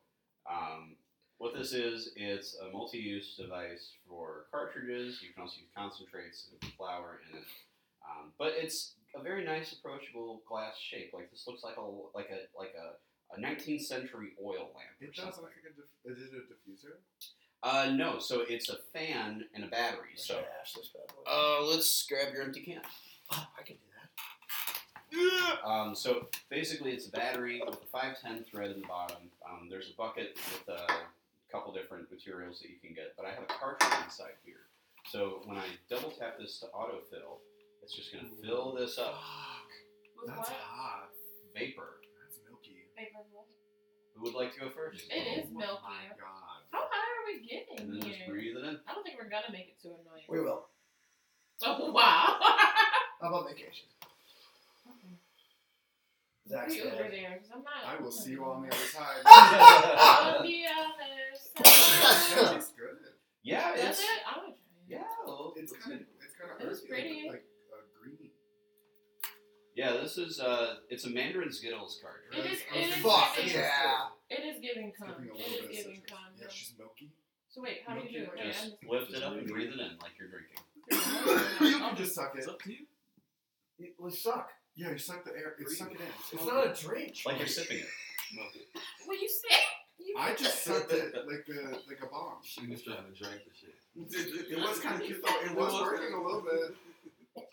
Speaker 3: Um, what this is, it's a multi-use device for cartridges. You can also use concentrates and flour in it. Um, but it's a very nice, approachable glass shape. Like this looks like a like a like a, a 19th century oil lamp. or
Speaker 1: It does
Speaker 3: something.
Speaker 1: look like a diff- is it a diffuser?
Speaker 3: Uh, no. So it's a fan and a battery. So.
Speaker 4: Yeah, Ashley's bad boy.
Speaker 3: Uh, let's grab your empty can.
Speaker 4: Oh, <gasps> I can do that.
Speaker 3: Um, so basically, it's a battery with a 510 thread in the bottom. Um, there's a bucket with a couple different materials that you can get, but I have a cartridge inside here. So when I double tap this to autofill, it's just going to fill this up
Speaker 1: Fuck.
Speaker 5: With
Speaker 1: That's
Speaker 5: what?
Speaker 1: hot.
Speaker 3: vapor.
Speaker 1: That's milky.
Speaker 5: Paper what?
Speaker 3: Who would like to go first?
Speaker 5: It is
Speaker 1: oh
Speaker 5: milky.
Speaker 1: My God.
Speaker 5: How high are we
Speaker 3: And
Speaker 5: getting
Speaker 3: then just
Speaker 5: here?
Speaker 3: breathe it
Speaker 5: <laughs>
Speaker 3: in.
Speaker 5: I don't think we're gonna make it to annoying.
Speaker 4: We will.
Speaker 5: <laughs> Oh wow.
Speaker 4: How about vacation? Zach's
Speaker 5: Be over
Speaker 4: dead.
Speaker 5: there, 'cause I'm not.
Speaker 1: I will see
Speaker 5: <laughs>
Speaker 1: you on the other side. <laughs>
Speaker 5: On the other
Speaker 1: that
Speaker 5: side.
Speaker 1: tastes good.
Speaker 3: <laughs> yeah,
Speaker 5: Does
Speaker 3: it's
Speaker 5: uh, it? I would try it.
Speaker 3: yeah. well,
Speaker 1: It's
Speaker 3: it's
Speaker 1: kind
Speaker 3: good.
Speaker 1: of it's kind of
Speaker 5: It was
Speaker 1: earthy,
Speaker 5: pretty.
Speaker 1: Like, like uh, greeny.
Speaker 3: yeah. This is uh, it's a Mandarin Skittles cartridge.
Speaker 5: It is-
Speaker 1: I was
Speaker 5: it is-
Speaker 1: gonna
Speaker 4: Fuck
Speaker 1: say, it's
Speaker 4: yeah.
Speaker 5: It is giving
Speaker 1: It's
Speaker 5: cum.
Speaker 1: giving a little
Speaker 5: It
Speaker 1: bit
Speaker 5: is
Speaker 1: of
Speaker 5: giving
Speaker 1: citrus.
Speaker 5: cum.
Speaker 1: Yeah, she's
Speaker 5: <laughs>
Speaker 1: milky.
Speaker 5: So wait, how do you do it? Wait, I
Speaker 3: Just
Speaker 5: missed-
Speaker 3: lift it up and breathe it in like you're drinking.
Speaker 1: you can just suck it.
Speaker 3: It's up to you.
Speaker 4: It would <laughs> suck.
Speaker 1: Yeah, you suck the air. It's suck it in.
Speaker 4: It's not a drink.
Speaker 3: Like you're sipping it.
Speaker 5: <laughs> What you say? You-
Speaker 3: <laughs>
Speaker 1: I just sucked it like the like a bomb.
Speaker 2: She was trying to drink the shit.
Speaker 1: It, it- it was kind of cute though. It was working a little bit.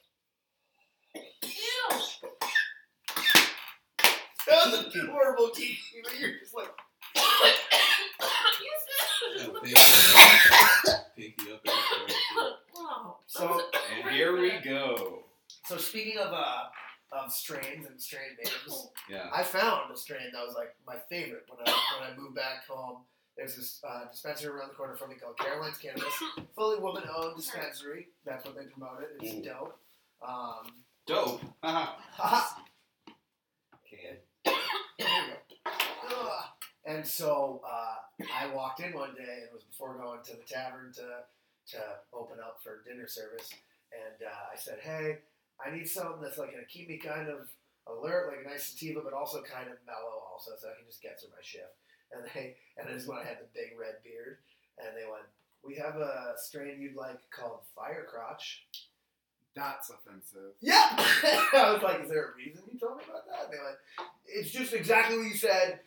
Speaker 5: <laughs> Ew. <laughs>
Speaker 4: That was a horrible game. <laughs> You're just like,
Speaker 5: You said-
Speaker 3: Oh.
Speaker 2: Pinky up. Pinky up. and everything.
Speaker 5: Wow.
Speaker 4: So-
Speaker 3: And here we go.
Speaker 4: so speaking of uh, of strains and strain names,
Speaker 3: Yeah.
Speaker 4: <laughs> I found a strain that was like my favorite when I when I moved back home. There's this uh, dispensary around the corner from me called Caroline's Cannabis, fully woman-owned dispensary. That's what they promote it. It's
Speaker 3: Mm.
Speaker 4: dope. Um, <laughs>
Speaker 3: Dope. <laughs> Haha.
Speaker 4: Can. <coughs> and so uh, I walked in one day, and it was before going to the tavern to, to open up for dinner service. And uh, I said, hey, I need something that's like going to keep me kind of alert, like a nice sativa, but also kind of mellow, also, so I can just get through my shift. And they, and it is when I had the big red beard, and they went, we have a strain you'd like called Firecrotch.
Speaker 1: That's offensive.
Speaker 4: Yeah. <laughs> I was like, is there a reason you told me about that? And they're like, it's just exactly what you said.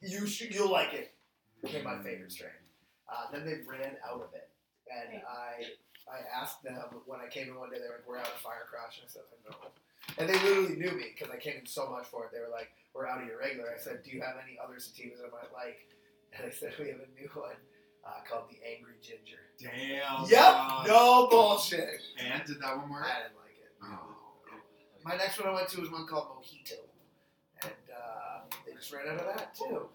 Speaker 4: You should, you'll like it. Became my favorite strain. Uh, then they ran out of it, and I, I asked them when I came in one day. They were like, we're out of fire crash, and I said, I know. And they literally knew me because I came in so much for it. They were like, we're out of your regular. I said, do you have any other sativas I might like? And they said, we have a new one uh, called the Angry Ginger.
Speaker 1: Damn.
Speaker 4: yep.
Speaker 1: dog.
Speaker 4: No bullshit.
Speaker 1: And did that one work?
Speaker 4: I didn't like it.
Speaker 1: Oh.
Speaker 4: My next one I went to was one called Mojito, and uh, they just ran out of that too.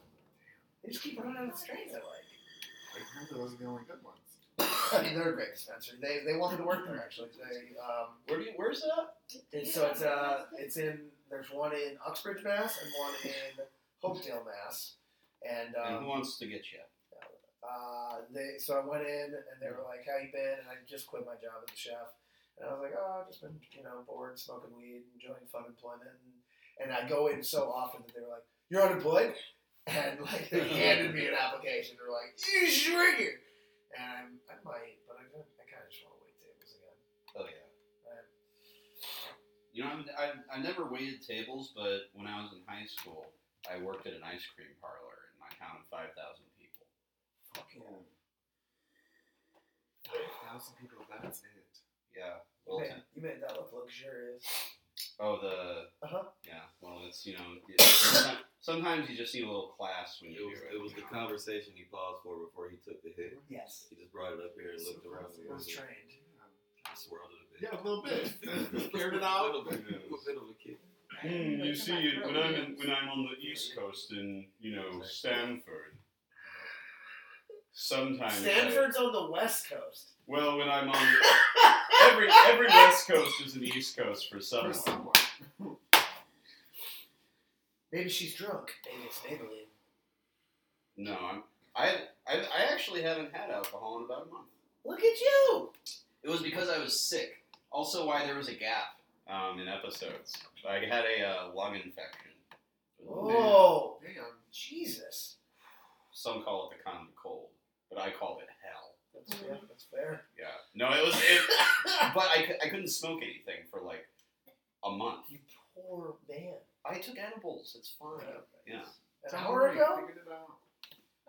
Speaker 4: They just keep running out of strains. I
Speaker 1: I heard those are the only good ones.
Speaker 4: like. I mean, they're a great dispensary. They they want me to work there actually. They um,
Speaker 3: Where do you? Where's that?
Speaker 4: and so it's uh it's in there's one in Uxbridge, Mass, and one in Hopedale, Mass, and
Speaker 3: and
Speaker 4: um,
Speaker 3: who wants to get you?
Speaker 4: Uh, they so I went in and they were like, "How you been?" And I just quit my job as a chef, and I was like, "Oh, I've just been you know bored, smoking weed, enjoying fun employment." And, and I go in so often that they were like, "You're unemployed," <laughs> and like they handed me an application. They're like, "You should ring it." And I'm, I might, but I, kinda- I kind of just want to wait tables again.
Speaker 3: Oh yeah.
Speaker 4: Um,
Speaker 3: You know, I, I, I never waited tables, but when I was in high school, I worked at an ice cream parlor in my town of 5,000 people.
Speaker 1: Fucking. Five thousand people. That's it.
Speaker 3: Yeah.
Speaker 4: you,
Speaker 3: Well,
Speaker 4: made, you made that look luxurious.
Speaker 3: oh, the.
Speaker 4: Uh huh.
Speaker 3: Yeah. Well, it's, you know, it- sometimes, sometimes you just need a little class when
Speaker 2: It
Speaker 3: you
Speaker 2: was,
Speaker 3: do it.
Speaker 2: it was the conversation he paused for before he took the hit.
Speaker 4: Yes,
Speaker 2: He just brought it up here and looked around.
Speaker 4: it was trained.
Speaker 2: I swirled it a bit.
Speaker 4: <laughs>
Speaker 1: Yeah, a little <laughs> bit.
Speaker 3: <laughs>
Speaker 2: Scared it <laughs> out. A bit, a bit of a kick.
Speaker 5: Hmm, you see it when I'm in-
Speaker 3: when I'm on the East Coast in, you know, Stanford. Sometimes.
Speaker 4: Stanford's on the west coast.
Speaker 3: well, when I'm on. Every, every West Coast is an East Coast for
Speaker 1: For
Speaker 3: someone.
Speaker 1: someone.
Speaker 4: Maybe she's drunk. Maybe it's Maybelline.
Speaker 3: No, I'm, I, I I actually haven't had alcohol in about a month.
Speaker 4: Look at you!
Speaker 3: It was because I was sick. Also, why there was a gap um, in episodes. I had a uh, lung infection.
Speaker 4: Oh,
Speaker 1: Damn.
Speaker 4: Jesus.
Speaker 3: Some call it the common cold, but I call it hell.
Speaker 4: That's fair. That's fair.
Speaker 3: Yeah. No, it was. <laughs> It, but I, cou- I couldn't smoke anything for like a month.
Speaker 4: You poor man.
Speaker 3: I took edibles. It's fine. Yeah.
Speaker 4: An
Speaker 1: Don't
Speaker 4: hour
Speaker 1: worry,
Speaker 4: ago?
Speaker 1: figured it out.
Speaker 5: <laughs>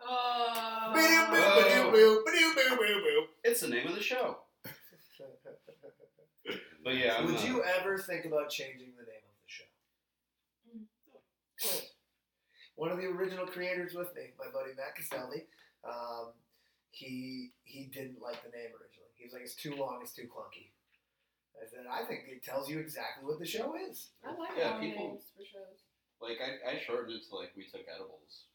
Speaker 5: Oh.
Speaker 4: Ba-doo-boo, ba-doo-boo, ba-doo-boo,
Speaker 3: It's the name of the show.
Speaker 4: ba-doo-boo.
Speaker 3: But yeah, I'm
Speaker 4: Would
Speaker 3: not-
Speaker 4: you ever think about changing the name of the show?
Speaker 5: Mm.
Speaker 4: Good. One of the original creators with me, my buddy Matt Castelli, um, he he didn't like the name originally. He was like, "It's too long. It's too clunky." I said, "I think it tells you exactly what the show is."
Speaker 5: I like
Speaker 3: Yeah,
Speaker 5: our
Speaker 3: people-
Speaker 5: names for shows.
Speaker 3: Like I, I shortened it to like we took edibles.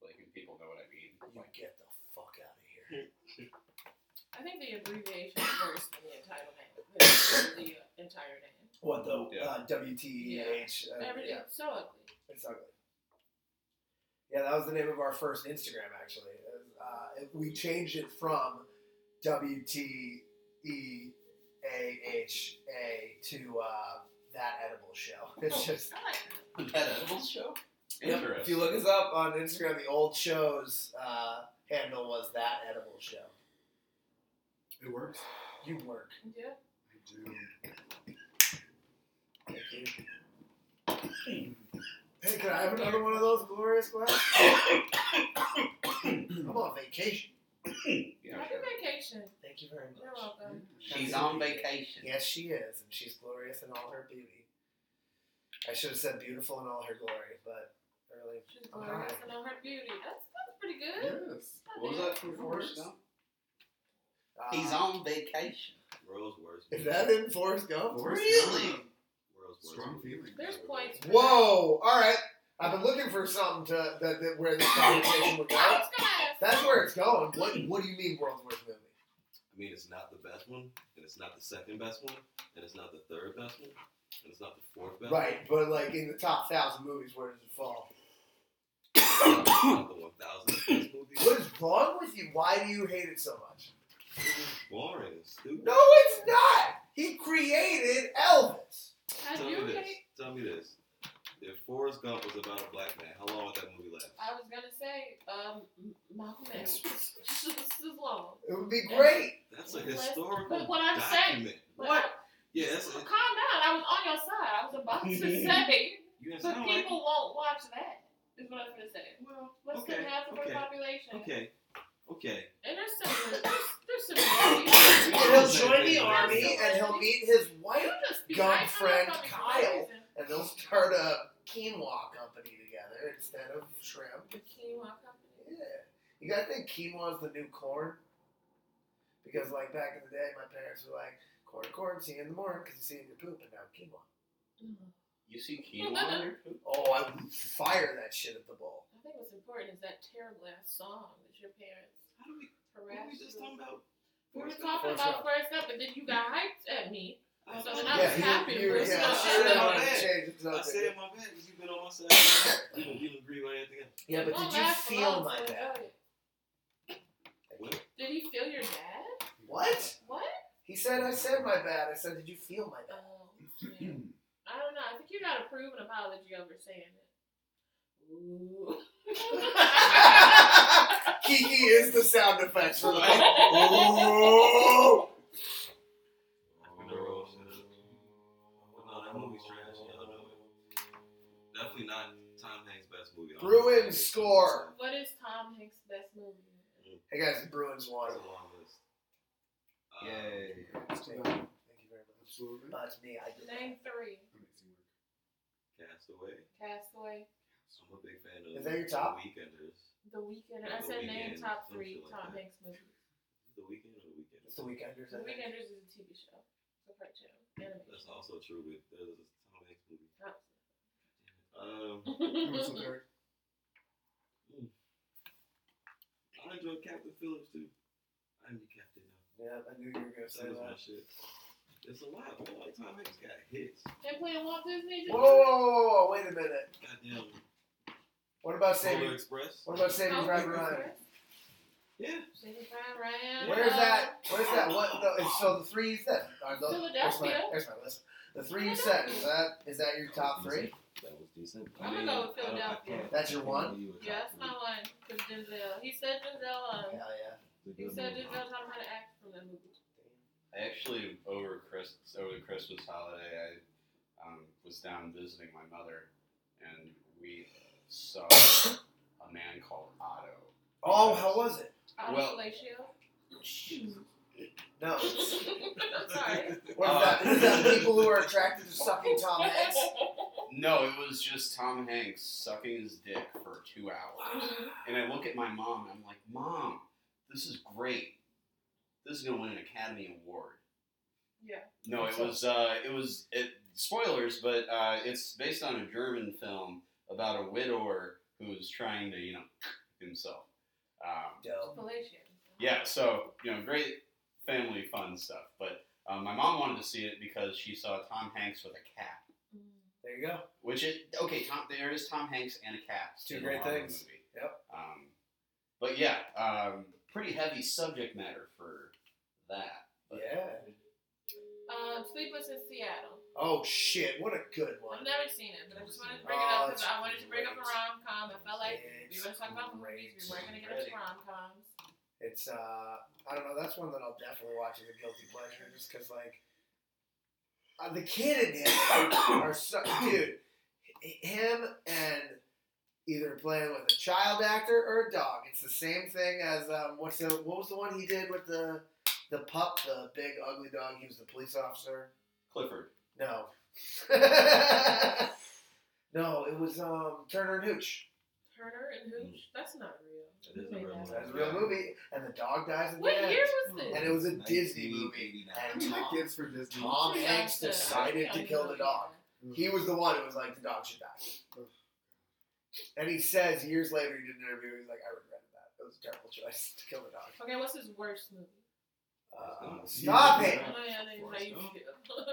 Speaker 3: Like and people know what I mean.
Speaker 4: You get the fuck out of here.
Speaker 5: I think the abbreviation is worse than the entitlement. than the entire name.
Speaker 4: What the uh, WTEH? uh,
Speaker 5: Everything
Speaker 4: yeah,
Speaker 5: so ugly.
Speaker 4: it's ugly. Yeah, that was the name of our first Instagram. Actually, It was, uh, it- we changed it from E WTEAHA to uh, that edible show. <laughs>
Speaker 5: Oh.
Speaker 4: It's just
Speaker 5: I like that.
Speaker 3: <laughs> That edibles show?
Speaker 4: Yep.
Speaker 3: Interesting.
Speaker 4: If you look us up on Instagram, the old show's uh, handle was that edible show.
Speaker 1: It works.
Speaker 4: You work.
Speaker 5: Yeah.
Speaker 1: I do.
Speaker 4: Thank you. Hey, can I have another one of those glorious glasses? <coughs> I'm on vacation.
Speaker 3: Yeah,
Speaker 5: Happy
Speaker 3: sure.
Speaker 5: vacation.
Speaker 4: Thank you very much.
Speaker 5: You're welcome.
Speaker 3: She's on vacation.
Speaker 4: Yes, she is, and she's glorious in all her beauty. I should have said beautiful in all her glory, but I really.
Speaker 5: She's glorious and all her beauty. That's that's pretty good.
Speaker 1: Yes.
Speaker 5: Not
Speaker 3: What was
Speaker 5: bad.
Speaker 3: that from Forrest Gump?
Speaker 4: Uh,
Speaker 3: He's on vacation.
Speaker 2: World's worst.
Speaker 4: Is that in Forrest Gump?
Speaker 1: Forrest
Speaker 3: Really?
Speaker 1: Gump.
Speaker 2: World's worst.
Speaker 1: Strong feeling.
Speaker 5: There's points.
Speaker 4: Whoa! All right, I've been looking for something to that, that where this conversation would go.
Speaker 5: I was gonna ask.
Speaker 4: That's where it's going. What What do you mean, world's worst movie?
Speaker 2: I mean, it's not the best one, and it's not the second best one, and it's not the third best one, and it's not the fourth best.
Speaker 4: Right, but like in the top thousand movies, where does it fall?
Speaker 2: One. It's not the one thousandth best movie.
Speaker 4: What is wrong with you? Why do you hate it so much?
Speaker 2: It's just boring. It's stupid.
Speaker 4: No, it's not. He created Elvis.
Speaker 5: I
Speaker 2: Tell
Speaker 5: do
Speaker 2: me this.
Speaker 5: hate-
Speaker 2: Tell me this. If Forrest Gump was about a black man, how long would that movie last?
Speaker 5: I was gonna say, um, M- Malcolm X was just as long.
Speaker 4: It would be great.
Speaker 2: That's a
Speaker 5: But-
Speaker 2: historical
Speaker 5: but what I'm saying-
Speaker 2: document.
Speaker 5: But
Speaker 4: What?
Speaker 2: Yeah,
Speaker 5: I-
Speaker 2: that's
Speaker 5: calm down. I was on your side. I was about
Speaker 2: <laughs>
Speaker 5: to say,
Speaker 2: you didn't
Speaker 5: but
Speaker 2: sound like
Speaker 5: people won't watch that. Is what I was gonna say.
Speaker 2: Well,
Speaker 5: Less
Speaker 2: okay,
Speaker 5: than half of
Speaker 2: okay,
Speaker 5: our population.
Speaker 2: okay, okay.
Speaker 5: And there's some. There's, there's some.
Speaker 2: <laughs>
Speaker 4: And he'll join
Speaker 5: <laughs>
Speaker 4: the army, and he'll meet his wife,
Speaker 5: You just be
Speaker 4: Gun
Speaker 5: right on the
Speaker 4: friend
Speaker 5: fucking
Speaker 4: Kyle.
Speaker 5: reason.
Speaker 4: and they'll start a quinoa company together instead of shrimp.
Speaker 5: The quinoa company.
Speaker 4: Yeah. You gotta think quinoa's the new corn. Because like back in the day, my parents were like, corn, corn, see you in the morning because you see it in your poop, and now quinoa.
Speaker 5: Mm,
Speaker 3: You <laughs> see quinoa in your food?
Speaker 4: Oh, I would fire that shit at the bowl.
Speaker 5: I think what's important is that terrible ass song that your parents
Speaker 2: How do we? What were we
Speaker 5: harassed
Speaker 2: just
Speaker 5: you.
Speaker 2: talking about?
Speaker 5: We were
Speaker 2: Forrest Gump?
Speaker 4: Forrest
Speaker 5: talking about
Speaker 4: Gump.
Speaker 5: first up, and then you got hyped at me.
Speaker 2: I
Speaker 5: So
Speaker 2: know.
Speaker 5: when I
Speaker 4: yeah,
Speaker 5: was
Speaker 4: you,
Speaker 5: happy
Speaker 4: you,
Speaker 5: for
Speaker 4: yeah,
Speaker 5: some
Speaker 4: I should
Speaker 5: other
Speaker 4: have
Speaker 5: man.
Speaker 4: changed it to
Speaker 2: I
Speaker 4: something
Speaker 2: said it
Speaker 4: different.
Speaker 2: in my bed because you've been on my side. you don't even agree with anything else.
Speaker 4: Yeah, but
Speaker 5: Don't
Speaker 4: did you
Speaker 5: laugh
Speaker 4: feel
Speaker 5: alone,
Speaker 4: my
Speaker 5: so
Speaker 4: dad?
Speaker 5: enjoy it.
Speaker 2: What?
Speaker 5: Did he feel your dad?
Speaker 4: What?
Speaker 5: What?
Speaker 4: <clears throat> He said I said my bad. I said, did you feel my bad?
Speaker 5: Oh, man. I don't know. I think you got to prove an apology over saying it.
Speaker 4: <laughs>
Speaker 5: Ooh. <laughs>
Speaker 4: Kiki is the sound effects <laughs> for the
Speaker 2: Right.
Speaker 4: Oh!
Speaker 2: No, that movie's trash. Y'all know it. Definitely not Tom Hanks' best movie. I don't know.
Speaker 4: Bruins score.
Speaker 5: what is Tom Hanks' best movie?
Speaker 4: Hey guys, the Bruins won.
Speaker 2: That's a long list. Um,
Speaker 3: Yay.
Speaker 1: Congrats to
Speaker 4: Thank you.
Speaker 1: them.
Speaker 4: Thank you very much.
Speaker 1: Absolutely.
Speaker 4: No, it's me. I did that.
Speaker 5: Name three.
Speaker 1: Amazing work.
Speaker 2: Castaway.
Speaker 5: Castaway,
Speaker 2: I'm a big fan of.
Speaker 4: Is that your top?
Speaker 2: The Weekenders.
Speaker 5: The Weeknd.
Speaker 2: Yeah,
Speaker 5: I
Speaker 2: The
Speaker 5: said name
Speaker 2: Weeknd,
Speaker 5: top
Speaker 2: some
Speaker 5: three
Speaker 2: shit like
Speaker 5: Tom
Speaker 2: that.
Speaker 5: Hanks movies.
Speaker 2: The Weekend or the Weekend?
Speaker 4: It's the Weekenders.
Speaker 5: The
Speaker 4: I think.
Speaker 5: Weekenders is a TV show. It's a cartoon.
Speaker 2: That's also true with there's a Tom Hanks movie. Um,
Speaker 1: And
Speaker 5: Animation.
Speaker 1: <laughs> what's the third?
Speaker 2: I enjoyed Captain Phillips too. I'm your captain now.
Speaker 4: Yeah, I knew you were gonna say
Speaker 2: That was my
Speaker 4: that.
Speaker 2: shit. It's a lot. man. Like Tom Hanks got hits.
Speaker 5: They playing Walt Disney.
Speaker 4: Whoa, whoa, whoa, whoa, whoa! Wait a minute.
Speaker 2: Goddamn.
Speaker 4: What about
Speaker 2: Polar
Speaker 4: saving?
Speaker 2: Express.
Speaker 4: What about saving
Speaker 5: Oh,
Speaker 4: Private Ryan?
Speaker 2: Yeah.
Speaker 5: Saving Private Ryan.
Speaker 4: Where's
Speaker 5: uh,
Speaker 4: that? Where's that? What? No, it's, so the three you said. Are those, There's my,
Speaker 5: Philadelphia.
Speaker 4: there's my list. The three you said. Is that is that your top three?
Speaker 2: That was decent.
Speaker 5: I'm gonna go with
Speaker 2: I don't- I
Speaker 5: Philadelphia.
Speaker 2: can't-
Speaker 4: That's your
Speaker 2: I can't
Speaker 4: one?
Speaker 2: give you a top
Speaker 5: Yeah, that's
Speaker 2: three.
Speaker 5: my one. Cause Denzel. He said Denzel. Um,
Speaker 4: Hell yeah.
Speaker 2: It's a
Speaker 5: He
Speaker 2: good
Speaker 5: said
Speaker 2: movie.
Speaker 5: Denzel taught him how to act from that movie.
Speaker 3: I actually over Christ over the Christmas holiday, I um, was down visiting my mother, and we saw a man called Otto.
Speaker 4: Oh, how was it?
Speaker 5: Out
Speaker 3: Well-
Speaker 5: of Fellatio.
Speaker 4: No.
Speaker 5: <laughs> I'm sorry.
Speaker 4: What is that? Is <laughs> that people who are attracted to sucking <laughs> Tom Hanks?
Speaker 3: No, it was just Tom Hanks sucking his dick for two hours. And I look at my mom, and I'm like, Mom, this is great. This is gonna win an Academy Award.
Speaker 5: yeah.
Speaker 3: No, it was uh, it was it, spoilers, but uh, it's based on a German film about a widower who's trying to you know <laughs> himself. Um,
Speaker 4: Dope.
Speaker 5: Fellatio.
Speaker 3: yeah, so you know, great family fun stuff. But um, my mom wanted to see it because she saw Tom Hanks with a cat,
Speaker 5: Mm.
Speaker 4: There you go.
Speaker 3: which it okay. Tom, there is Tom Hanks and a cat.
Speaker 4: Two
Speaker 3: in the
Speaker 4: great
Speaker 3: Marvel
Speaker 4: things.
Speaker 3: Movie.
Speaker 4: Yep.
Speaker 3: Um, but yeah, um, pretty heavy subject matter for that.
Speaker 4: Yeah.
Speaker 5: Um, Sleepless in Seattle.
Speaker 4: Oh shit! What a good one.
Speaker 5: I've never seen it, but I just wanted to bring it
Speaker 4: Oh,
Speaker 5: up because
Speaker 4: it's
Speaker 5: I wanted to bring up a
Speaker 4: great.
Speaker 5: rom com. I felt like we
Speaker 4: It's
Speaker 5: were talking about
Speaker 4: great.
Speaker 5: movies, we weren't going to get into rom coms.
Speaker 4: It's uh, I don't know. That's one that I'll definitely watch as a guilty pleasure, just because like, uh, the kid and him <coughs> are so dude. h- Him and either playing with a child actor or a dog. It's the same thing as um, what's the what was the one he did with the the pup, the big ugly dog. He was the police officer.
Speaker 3: Clifford.
Speaker 4: <laughs> No. no, it was um, Turner and Hooch.
Speaker 5: Turner and Hooch? That's not real.
Speaker 2: That
Speaker 5: Who
Speaker 2: is a
Speaker 5: made
Speaker 4: That's a real
Speaker 5: that?
Speaker 2: real movie.
Speaker 4: movie, and the dog dies in
Speaker 5: What
Speaker 4: the end.
Speaker 5: year was this?
Speaker 4: And it was a Disney movie.
Speaker 2: 1989.
Speaker 1: I
Speaker 4: <laughs> And
Speaker 1: mean, that
Speaker 4: Tom,
Speaker 1: gives for Disney.
Speaker 4: Tom
Speaker 5: Yeah,
Speaker 4: Hanks
Speaker 5: that's it.
Speaker 4: decided
Speaker 5: Yeah,
Speaker 4: to
Speaker 5: we
Speaker 4: kill
Speaker 5: know
Speaker 4: the
Speaker 5: that.
Speaker 4: dog. He was the one who was like, the dog should die. And he says years later he did an interview. He's like, I regret that. It was a terrible choice to kill the dog.
Speaker 5: Okay, what's his worst movie? Oh,
Speaker 4: Uh, stop
Speaker 2: Stop.
Speaker 5: I
Speaker 4: it!
Speaker 5: don't know how you feel.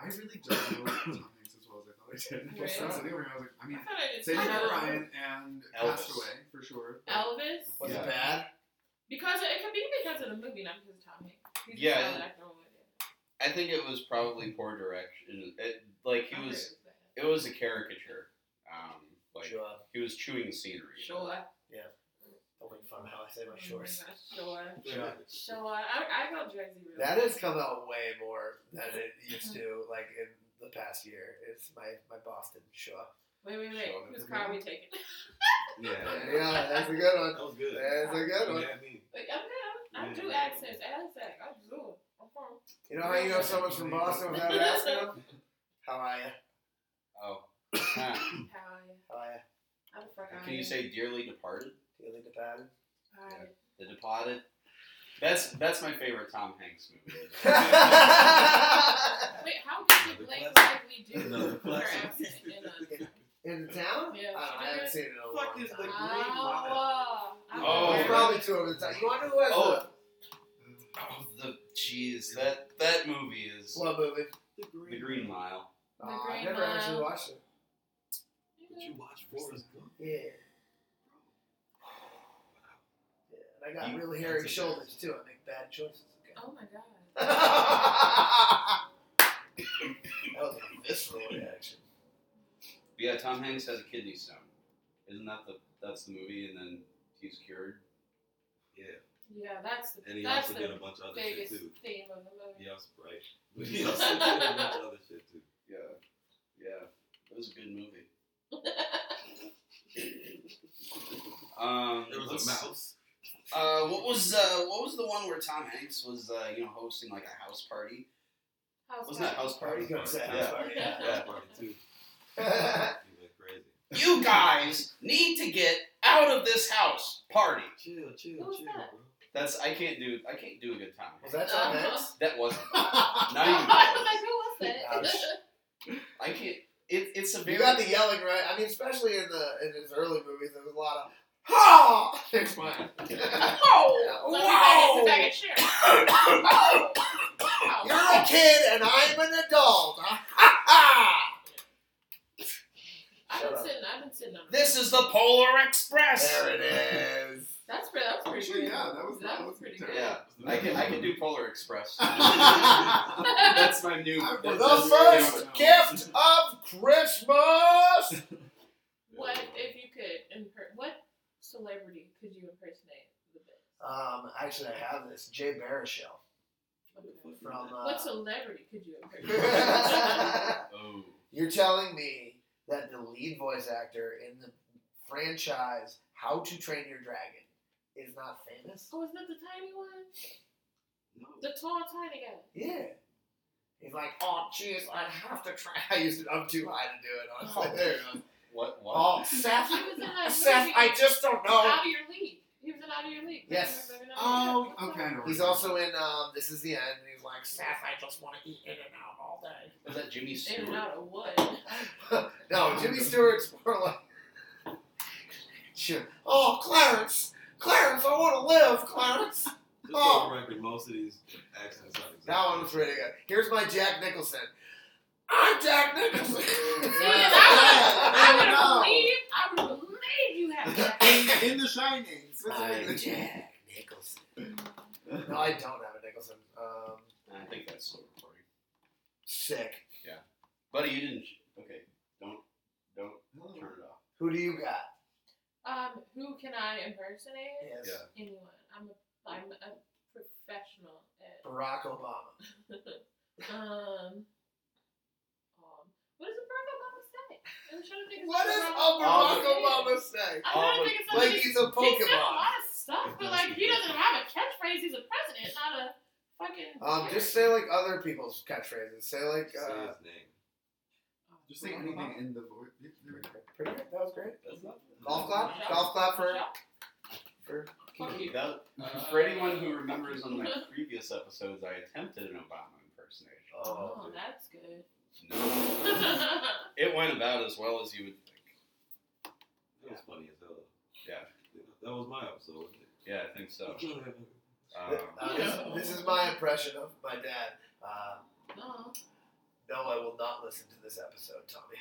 Speaker 1: I really don't know Tom Hanks as well as I thought I did.
Speaker 5: Really?
Speaker 1: There's something where I was like, I mean,
Speaker 5: <laughs> <laughs> I thought I did
Speaker 1: Saving
Speaker 5: too.
Speaker 1: Private Ryan and
Speaker 3: Elvis.
Speaker 1: Cast Away for sure.
Speaker 5: Elvis.
Speaker 4: Was
Speaker 1: Yeah.
Speaker 4: it bad?
Speaker 5: Because it could be because of the movie, not because of Tom Hanks. He's
Speaker 3: Yeah.
Speaker 5: just not acting with it.
Speaker 3: I think it was probably poor direction. It, like he
Speaker 5: I
Speaker 3: was
Speaker 5: heard it
Speaker 3: it was a caricature. Um, like
Speaker 4: Sure.
Speaker 3: he was chewing scenery.
Speaker 5: was bad.
Speaker 3: <coughs>
Speaker 5: Sure.
Speaker 4: Don't make fun of how I say my
Speaker 5: Oh my
Speaker 4: shorts.
Speaker 5: Oh gosh, Sure.
Speaker 4: Sure.
Speaker 5: Sure. I, I go Drexy really.
Speaker 4: That has come out way more than it
Speaker 5: <laughs>
Speaker 4: used to, like in the past year. It's my, my Boston Shaw.
Speaker 5: Wait, wait, wait.
Speaker 3: Sure.
Speaker 5: Whose car are we taking?
Speaker 2: Yeah.
Speaker 4: Yeah, that's a good one.
Speaker 2: That was good.
Speaker 4: That's a good
Speaker 2: You
Speaker 4: one.
Speaker 2: had me.
Speaker 5: Like, I'm down. I do
Speaker 2: Yeah.
Speaker 5: accents. Accent. I do. I'm from.
Speaker 4: You know how you know someone's from Boston without asking them? How are you?
Speaker 3: Oh. Huh.
Speaker 5: How are you?
Speaker 4: How are you?
Speaker 5: How the fuck are <coughs>
Speaker 3: Can you say dearly departed?
Speaker 4: Feeling bad?
Speaker 5: How are you?
Speaker 3: The Departed. That's that's my favorite Tom Hanks
Speaker 4: <laughs>
Speaker 3: movie.
Speaker 5: Wait, how did you Blake Lively
Speaker 2: <laughs> No,
Speaker 5: do
Speaker 2: the
Speaker 5: her
Speaker 2: classic.
Speaker 5: accent
Speaker 2: <laughs>
Speaker 5: in a?
Speaker 4: <laughs> in the town? Oh, I,
Speaker 5: Yeah.
Speaker 4: don't know, I haven't seen it in a
Speaker 2: Fuck
Speaker 4: long
Speaker 2: is the
Speaker 4: time.
Speaker 5: Oh,
Speaker 3: Oh.
Speaker 4: There's probably two of them. You wonder who has
Speaker 3: Oh. oh, the jeez, that that movie is
Speaker 4: a what movie?
Speaker 2: The
Speaker 3: The Green Mile.
Speaker 5: The
Speaker 4: Aw, I
Speaker 5: Green
Speaker 4: never
Speaker 5: Mile.
Speaker 4: actually watched it.
Speaker 2: Did you watch Forrest Gump?
Speaker 4: Yeah. Yeah. And I got
Speaker 3: You-
Speaker 4: really hairy
Speaker 2: that's a-
Speaker 4: shoulders too. I make bad choices. Okay. <laughs>
Speaker 5: Oh my god.
Speaker 4: that was a visceral reaction.
Speaker 3: But yeah, Tom Hanks has a kidney stone. Isn't that the that's the movie, and then he's cured.
Speaker 2: Yeah.
Speaker 5: Yeah, that's the
Speaker 2: And he
Speaker 5: that's
Speaker 2: also
Speaker 5: the
Speaker 2: did a bunch of other shit
Speaker 5: biggest
Speaker 2: too.
Speaker 5: theme of the movie.
Speaker 2: He also right. But he also did a bunch of other shit too.
Speaker 3: Yeah, yeah, that was a good movie. um,
Speaker 2: There was
Speaker 3: let's-
Speaker 2: a mouse.
Speaker 3: Uh, what was uh, what was the one where Tom Hanks was uh, you know hosting like a house party?
Speaker 5: House
Speaker 3: Wasn't that House
Speaker 4: Party
Speaker 3: Party?
Speaker 4: goes to
Speaker 3: Yeah.
Speaker 4: house party.
Speaker 2: <laughs> That party
Speaker 4: <laughs>
Speaker 2: too.
Speaker 4: Yeah.
Speaker 2: He went crazy.
Speaker 3: You guys need to get out of this house party.
Speaker 2: Chill, chill,
Speaker 5: Who was
Speaker 2: chill,
Speaker 5: that?
Speaker 2: bro.
Speaker 3: That's I can't do I can't do a good Tom
Speaker 4: was
Speaker 3: Hanks.
Speaker 4: that Tom
Speaker 5: <laughs>
Speaker 4: Hanks? <laughs>
Speaker 3: That wasn't. Not even
Speaker 5: I was
Speaker 3: close.
Speaker 5: Uh-huh. like, who was that?
Speaker 3: I can't. It, it's a
Speaker 4: You
Speaker 3: very
Speaker 4: got the yelling right. I mean, especially in the in his early movies, there was a lot of ha. <laughs> There's one.
Speaker 3: <laughs>
Speaker 5: <laughs> oh,
Speaker 4: Wow.
Speaker 5: Back at Sharon. oh, wow.
Speaker 4: You're a kid and I'm an adult. <laughs> Ha ha.
Speaker 5: I've
Speaker 4: Shut
Speaker 5: been
Speaker 4: up.
Speaker 5: sitting. I've been sitting on.
Speaker 3: This is the Polar Express.
Speaker 4: There it is.
Speaker 5: That's pretty. That was pretty
Speaker 1: Actually,
Speaker 5: good.
Speaker 1: yeah, that was- that was
Speaker 5: pretty
Speaker 1: terrible.
Speaker 5: good.
Speaker 3: Yeah, I can I can do
Speaker 4: <laughs>
Speaker 3: Polar Express. Oh, That's my new.
Speaker 1: I-
Speaker 4: The
Speaker 3: that's my new
Speaker 4: first
Speaker 3: favorite.
Speaker 4: gift of Christmas.
Speaker 5: <laughs> what if you could? Imper- what celebrity could you impersonate the best?
Speaker 4: Um, actually, I have this Jay Baruchel
Speaker 5: Okay.
Speaker 4: from. Uh,
Speaker 5: What celebrity could you impersonate?
Speaker 3: Oh,
Speaker 4: <laughs> You're telling me that the lead voice actor in the franchise How to Train Your Dragon is not famous?
Speaker 5: oh, isn't that the tiny one?
Speaker 2: No.
Speaker 5: The tall, tiny guy.
Speaker 4: Yeah. He's like, oh, jeez, I have to try. <laughs> I used it. I'm too high to do it. Honestly,
Speaker 3: Oh.
Speaker 4: there it goes.
Speaker 3: what what?
Speaker 4: Oh, Seth,
Speaker 5: He was in that
Speaker 4: Seth,
Speaker 5: movie.
Speaker 4: I just don't know.
Speaker 5: Out of your league. He was in Out of Your League.
Speaker 4: Yes.
Speaker 5: Remember
Speaker 1: Oh,
Speaker 5: Out of Your League?
Speaker 1: okay. I know what
Speaker 4: He's
Speaker 1: you're
Speaker 4: also in um, This Is the End, and he's like, Seth, I just want to eat in and out all day.
Speaker 3: Was that Jimmy
Speaker 5: In and
Speaker 3: Stewart?
Speaker 5: out of what?
Speaker 4: <laughs> no, Jimmy Stewart's more like, <laughs> Sure. oh, Clarence, Clarence, I want to live, Clarence.
Speaker 5: <laughs>
Speaker 2: Just
Speaker 4: Oh.
Speaker 2: for the record, most of these accents are exactly.
Speaker 4: That one was really good. Here's my Jack Nicholson. I'm Jack Nicholson.
Speaker 5: See,
Speaker 4: <laughs>
Speaker 5: <laughs> I would I would believe I would believe you had
Speaker 4: <laughs>
Speaker 5: that.
Speaker 1: talking about. In The Shining.
Speaker 4: I'm
Speaker 1: specifically.
Speaker 4: Jack Uh, Nicholson. No, I don't have a Nicholson. Um,
Speaker 3: I think that's still recording.
Speaker 4: sick.
Speaker 3: Buddy, you didn't. Okay, don't don't turn it off.
Speaker 4: Who do you got?
Speaker 5: Um, who can I impersonate?
Speaker 4: Yes.
Speaker 3: Yeah.
Speaker 5: Anyone. I'm a I'm a professional at
Speaker 4: Barack Obama.
Speaker 5: um. um, What does a Barack Obama say? I'm trying to think. of
Speaker 4: What does a
Speaker 5: something
Speaker 4: Barack
Speaker 5: Obama
Speaker 4: Obama
Speaker 5: say.
Speaker 4: say?
Speaker 5: I'm trying to think of
Speaker 4: Like he's a
Speaker 5: something. He's said a
Speaker 4: Pokemon.
Speaker 5: lot of stuff, but like he doesn't have a catchphrase. He's a president, not a fucking.
Speaker 4: Um, just say like other people's catchphrases. Say like,
Speaker 2: Say
Speaker 4: uh,
Speaker 2: his name.
Speaker 5: Oh,
Speaker 1: Just say anything in the voice. Yeah, there we go.
Speaker 4: pretty good. That was
Speaker 3: Mm-hmm.
Speaker 4: great.
Speaker 2: That's not.
Speaker 4: Golf clap, golf clap for. for
Speaker 5: Fuck you.
Speaker 3: That, for anyone who remembers on my previous episodes, I attempted an Obama impersonation.
Speaker 5: Oh, that's good. <laughs> Oh,
Speaker 3: No. it went about as well as you would think.
Speaker 2: That was funny as hell.
Speaker 3: Yeah.
Speaker 2: That was my episode. wasn't it?
Speaker 3: Yeah, I think so. Um,
Speaker 4: Uh, this, this is my impression of my dad. Uh,
Speaker 5: Oh,
Speaker 4: no, I will not listen to this episode, Tommy.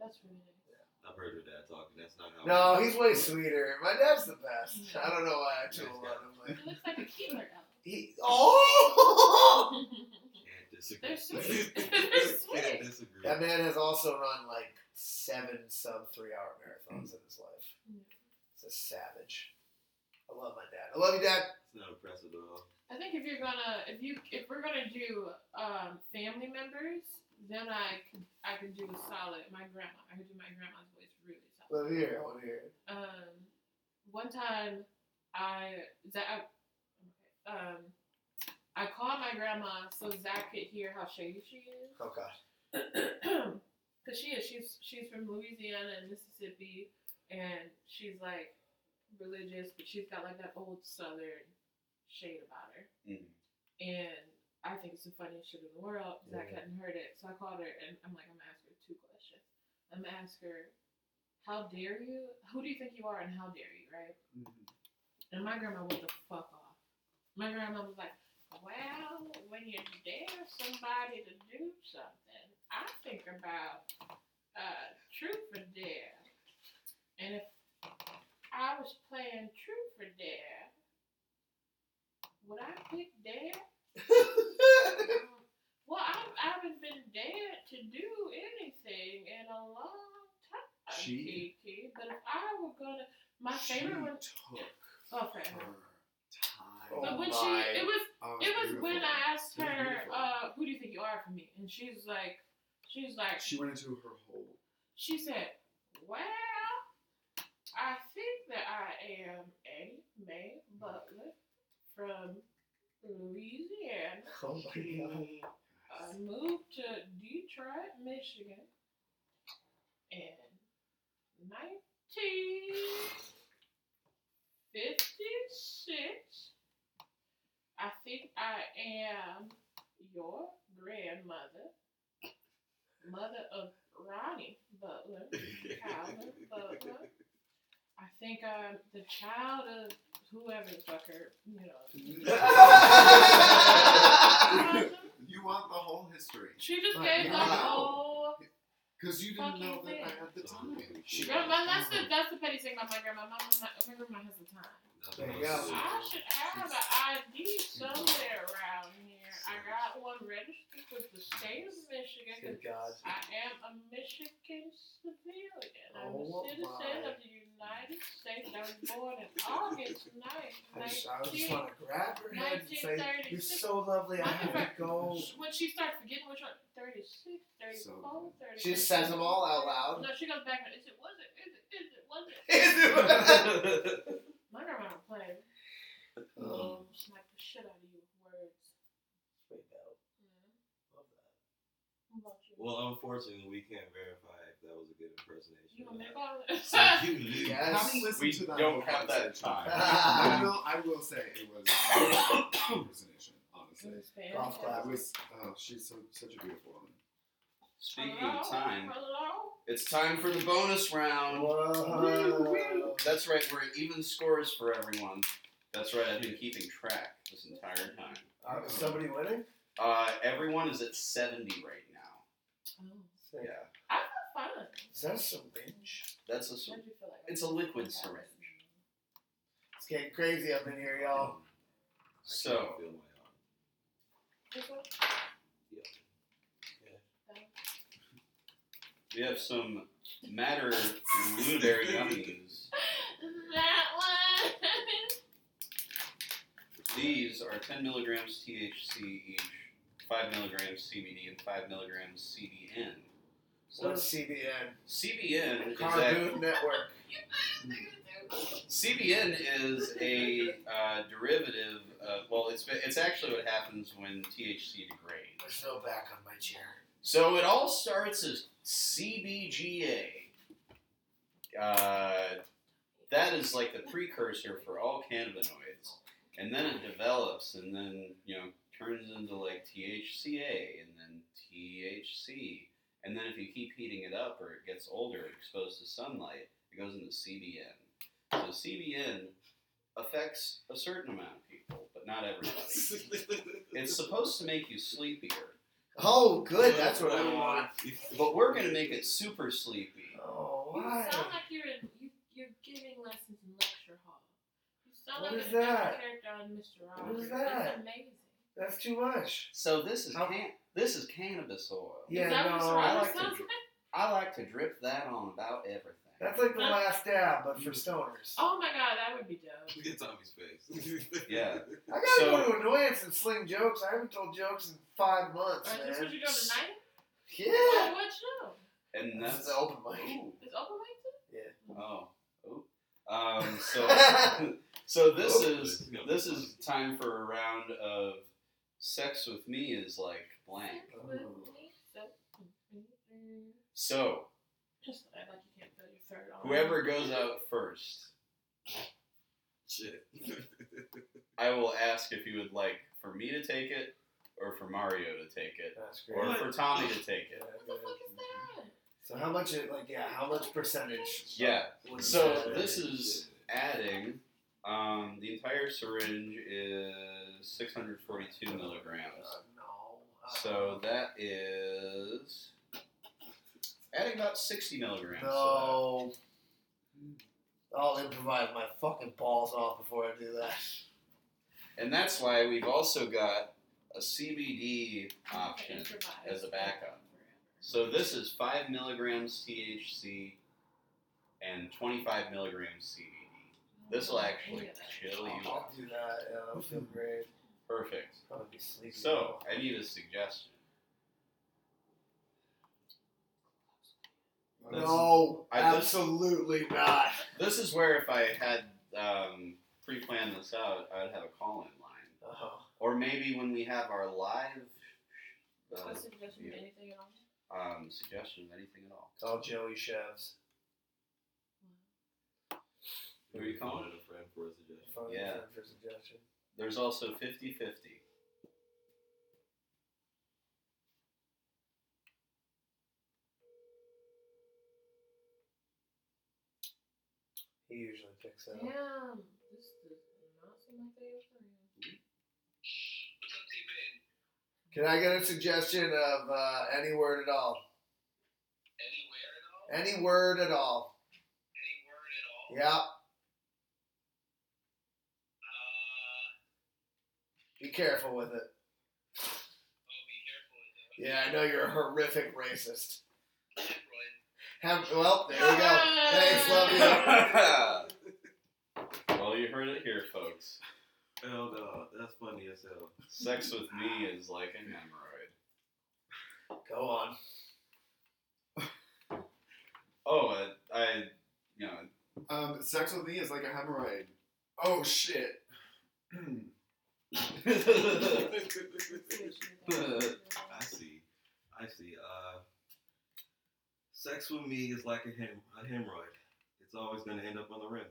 Speaker 5: that's really nice.
Speaker 2: I've heard your dad talking. That's not how.
Speaker 4: No, he's way sweeter. My dad's the best. I don't know why I tool
Speaker 2: Nice guy.
Speaker 4: on him. Like,
Speaker 5: He looks like a keeler elf.
Speaker 4: he,
Speaker 5: <laughs>
Speaker 4: oh!
Speaker 2: Can't disagree.
Speaker 5: They're
Speaker 2: <laughs>
Speaker 5: sweet. They're
Speaker 2: Can't
Speaker 5: sweet.
Speaker 2: disagree.
Speaker 4: that man has also run like seven sub three hour marathons in his <laughs>
Speaker 5: <laughs>
Speaker 4: life.
Speaker 5: Mm.
Speaker 4: He's a savage. I love my dad. I love you, Dad.
Speaker 2: It's not impressive at all.
Speaker 5: I think if you're gonna, if you, if we're gonna do um, family members, then I could, I could do a solid. My grandma, I could do my grandma's voice really solid.
Speaker 4: Love here. I want to hear it.
Speaker 5: um, one time I Zach um, I called my grandma so Zach could hear how shady she is.
Speaker 4: Oh, God. <laughs>
Speaker 5: <coughs> Cause she is she's she's from Louisiana and Mississippi and she's like religious but she's got like that old southern shade about her.
Speaker 3: Mhm.
Speaker 5: And I think it's the funniest shit in the world. Zach
Speaker 4: Yeah.
Speaker 5: hadn't heard it. So I called her and I'm like, I'm gonna ask her two questions. I'm gonna ask her, How dare you? Who do you think you are and how dare you, right? And my grandma went the fuck off. My grandma was like, Well, when you dare somebody to do something, I think about uh, truth or dare. And if I was playing truth or dare, would I pick dare? <coughs> well, I, I haven't been dared to do anything in a long time,
Speaker 1: She-
Speaker 5: Kiki. But if I were gonna, my favorite one
Speaker 1: She
Speaker 5: Oh, fair
Speaker 1: took
Speaker 5: enough.
Speaker 1: her time.
Speaker 4: Oh
Speaker 5: But when she,
Speaker 4: my.
Speaker 5: it was,
Speaker 1: Oh,
Speaker 5: it was
Speaker 1: beautiful.
Speaker 5: when I asked
Speaker 1: It was
Speaker 5: her,
Speaker 1: beautiful.
Speaker 5: uh, "Who do you think you are for me?" And she's like, she's like,
Speaker 1: She went into her whole.
Speaker 5: she said, "Well, I think that I am a May Butler from Louisiana.
Speaker 4: Oh, my God.
Speaker 5: I moved to Detroit, Michigan, in 1956. I think I am your grandmother, mother of Ronnie Butler,
Speaker 2: <laughs>
Speaker 5: Calvin Butler. I think I'm the child of whoever the fucker, you <laughs>
Speaker 4: <laughs>
Speaker 5: know.
Speaker 1: You want the whole history.
Speaker 5: She just
Speaker 1: Like,
Speaker 5: gave like,
Speaker 1: wow.
Speaker 5: oh,
Speaker 1: Because you didn't
Speaker 5: Fucking
Speaker 1: know that I
Speaker 5: thing.
Speaker 1: had the time.
Speaker 5: she grandma. That's the that's the petty thing about my grandma. My grandma, my grandma has the time.
Speaker 2: Nothing
Speaker 4: There you
Speaker 2: else to
Speaker 4: go.
Speaker 2: do.
Speaker 5: I should have an ID somewhere around here. I got one registered with the state of Michigan. 'cause
Speaker 4: Good God.
Speaker 5: I am a Michigan civilian. I'm
Speaker 4: Oh,
Speaker 5: a citizen
Speaker 4: my.
Speaker 5: of the United States. I was born in August 9th,
Speaker 4: I just, I just want to grab her head and say,
Speaker 5: 1936.
Speaker 4: You're so lovely. I have to go.
Speaker 5: When she starts forgetting which one, 36, 34, 36.
Speaker 4: She just says them all out loud.
Speaker 5: No, she goes back and is it, was it, is it, is it,
Speaker 4: <laughs>
Speaker 5: was it?
Speaker 3: <laughs>
Speaker 5: My grandma don't play. Um, smack the shit out of you with words. What about you?
Speaker 2: well, unfortunately, we can't verify if that was a good impersonation.
Speaker 5: You
Speaker 2: or
Speaker 5: don't make all
Speaker 2: not.
Speaker 5: this.
Speaker 2: So you knew.
Speaker 4: Yes.
Speaker 1: Tommy
Speaker 3: we
Speaker 1: listened to that
Speaker 3: don't
Speaker 1: whole
Speaker 3: have that
Speaker 1: conversation. <laughs>
Speaker 3: time.
Speaker 1: I will. I will say it was a impersonation. Honestly,
Speaker 5: It was
Speaker 4: Golf clap.
Speaker 1: that
Speaker 5: fantastic.
Speaker 1: was. Oh, she's so, such a beautiful woman.
Speaker 3: Speaking
Speaker 5: Hello?
Speaker 3: of time,
Speaker 5: Hello?
Speaker 3: it's time for the bonus round.
Speaker 4: Whoa.
Speaker 3: That's right, we're at even scores for everyone. That's right, I've been keeping track this entire time.
Speaker 4: Uh, is somebody winning?
Speaker 3: Uh, everyone is at 70 right now.
Speaker 5: Oh,
Speaker 3: Yeah.
Speaker 5: I feel fun.
Speaker 4: Is that some binge?
Speaker 3: That's a
Speaker 5: What
Speaker 3: syringe.
Speaker 5: did you feel like?
Speaker 3: It's a liquid syringe.
Speaker 4: It's getting crazy up in here, y'all.
Speaker 3: So,
Speaker 2: feel my arm.
Speaker 5: This one? <laughs>
Speaker 3: we have some matter blueberry gummies.
Speaker 5: That one. <laughs>
Speaker 3: These are 10 milligrams THC each, 5 milligrams CBD, and 5 milligrams CBN. So,
Speaker 4: What's CBN?
Speaker 3: CBN is that
Speaker 4: Carboon Network.
Speaker 3: CBN is a uh, derivative. Of, well, it's it's actually what happens when THC degrades.
Speaker 4: There's no back on my chair.
Speaker 3: So it all starts as CBGA. Uh, that is like the precursor for all cannabinoids, and then it develops, and then you know turns into like THCA, and then THC, And then if you keep heating it up or it gets older, exposed to sunlight, it goes into CBN. So CBN affects a certain amount of people, but not everybody.
Speaker 4: <laughs>
Speaker 3: it's supposed to make you sleepier,
Speaker 4: Oh, good. That's what I want.
Speaker 3: but we're going to make it super sleepy.
Speaker 4: Oh,
Speaker 5: You
Speaker 4: why?
Speaker 5: sound like you're in, you, you're giving lessons in lecture hall. You sound
Speaker 4: What
Speaker 5: like
Speaker 4: is
Speaker 5: an
Speaker 4: that?
Speaker 5: character on Mr. Rogers.
Speaker 4: What is
Speaker 5: That's
Speaker 4: that?
Speaker 5: amazing.
Speaker 4: That's too much.
Speaker 3: So this is
Speaker 4: How-
Speaker 3: can- this is cannabis oil.
Speaker 4: Yeah,
Speaker 5: is that
Speaker 4: no,
Speaker 5: what Mr.
Speaker 3: I
Speaker 5: Rogers
Speaker 3: like to
Speaker 5: sounds
Speaker 3: dr-
Speaker 5: like?
Speaker 3: I like to drip that on about everything.
Speaker 4: That's like the last dab, but for stoners.
Speaker 5: Oh my god, that would be dope.
Speaker 2: <laughs> Look at Tommy's face. <laughs>
Speaker 3: Yeah.
Speaker 4: I gotta go to annoyance and sling jokes. I haven't told jokes in five months,
Speaker 5: Or is this what
Speaker 4: man.
Speaker 5: you're
Speaker 4: <sighs>
Speaker 5: doing tonight?
Speaker 4: Yeah.
Speaker 5: Or what show?
Speaker 3: and
Speaker 4: This is
Speaker 3: that's
Speaker 4: the open mic.
Speaker 3: Ooh.
Speaker 5: Is open mic too?
Speaker 3: Oh. Oop. Um, so, so this is this is time for a round of sex with me is like blank.
Speaker 5: Sex
Speaker 4: Oh.
Speaker 5: with me, sex with me.
Speaker 3: So
Speaker 5: Just act like you can't feel your third arm.
Speaker 3: whoever goes out first,
Speaker 2: Shit.
Speaker 3: I will ask if you would like for me to take it, or for Mario to take it,
Speaker 4: That's great.
Speaker 3: or for Tommy to take
Speaker 4: Yeah,
Speaker 3: it.
Speaker 5: What the fuck is that?
Speaker 4: So how much? It, like, yeah, how much percentage?
Speaker 3: Yeah.
Speaker 4: would
Speaker 3: So
Speaker 4: you say?
Speaker 3: this is adding. Um, the entire syringe is 642 milligrams.
Speaker 4: Uh, no. Uh,
Speaker 3: So that is adding about 60 milligrams. So
Speaker 4: No. I'll improvise my fucking balls off before I do that.
Speaker 3: that- and that's why we've also got a CBD option.
Speaker 5: Improvise.
Speaker 3: as a backup. So this is 5 milligrams THC and 25 milligrams CBD. This will actually chill you
Speaker 4: I'll
Speaker 3: out.
Speaker 4: do that. Yeah, that'll feel great.
Speaker 3: Perfect.
Speaker 4: Probably be sleepy.
Speaker 3: So I need a suggestion.
Speaker 4: No,
Speaker 3: I just-
Speaker 4: absolutely not.
Speaker 3: This is where if I had um, pre-planned this out, I'd have a call-in line.
Speaker 4: Oh,
Speaker 3: Or maybe when we have our live uh,
Speaker 5: A suggestion
Speaker 3: Yeah.
Speaker 5: to anything at all?
Speaker 3: um, suggestion of anything at all.
Speaker 4: it's all Joey Chefs.
Speaker 3: Who are you calling?
Speaker 2: a friend for a suggestion.
Speaker 4: Phone
Speaker 3: Yeah.
Speaker 4: friend For suggestion.
Speaker 3: There's also
Speaker 4: <laughs>
Speaker 3: 50 50.
Speaker 4: He usually picks up.
Speaker 5: Damn, this does not seem like they were
Speaker 4: <laughs>
Speaker 5: friends.
Speaker 4: Can I get a suggestion of uh, any word at all?
Speaker 7: Anywhere at all?
Speaker 4: Any word at all?
Speaker 7: Any word at all?
Speaker 4: Yeah.
Speaker 7: Uh,
Speaker 4: Be careful with it.
Speaker 7: oh, be careful with that.
Speaker 4: Yeah, I know you're a horrific racist.
Speaker 7: Hemorrhoid.
Speaker 4: Have, well, there you go. Thanks, love
Speaker 7: <laughs>
Speaker 4: you.
Speaker 3: well, you heard it here, folks.
Speaker 2: Hell no, that's funny as hell.
Speaker 3: Sex with me is like a hemorrhoid.
Speaker 4: Go on.
Speaker 3: Oh, I, I you know, <laughs>
Speaker 1: Um, sex with me is like a hemorrhoid. Oh shit.
Speaker 2: I see. I see. Uh, sex with me is like a, hem- a hemorrhoid. It's always going to end up on the rim.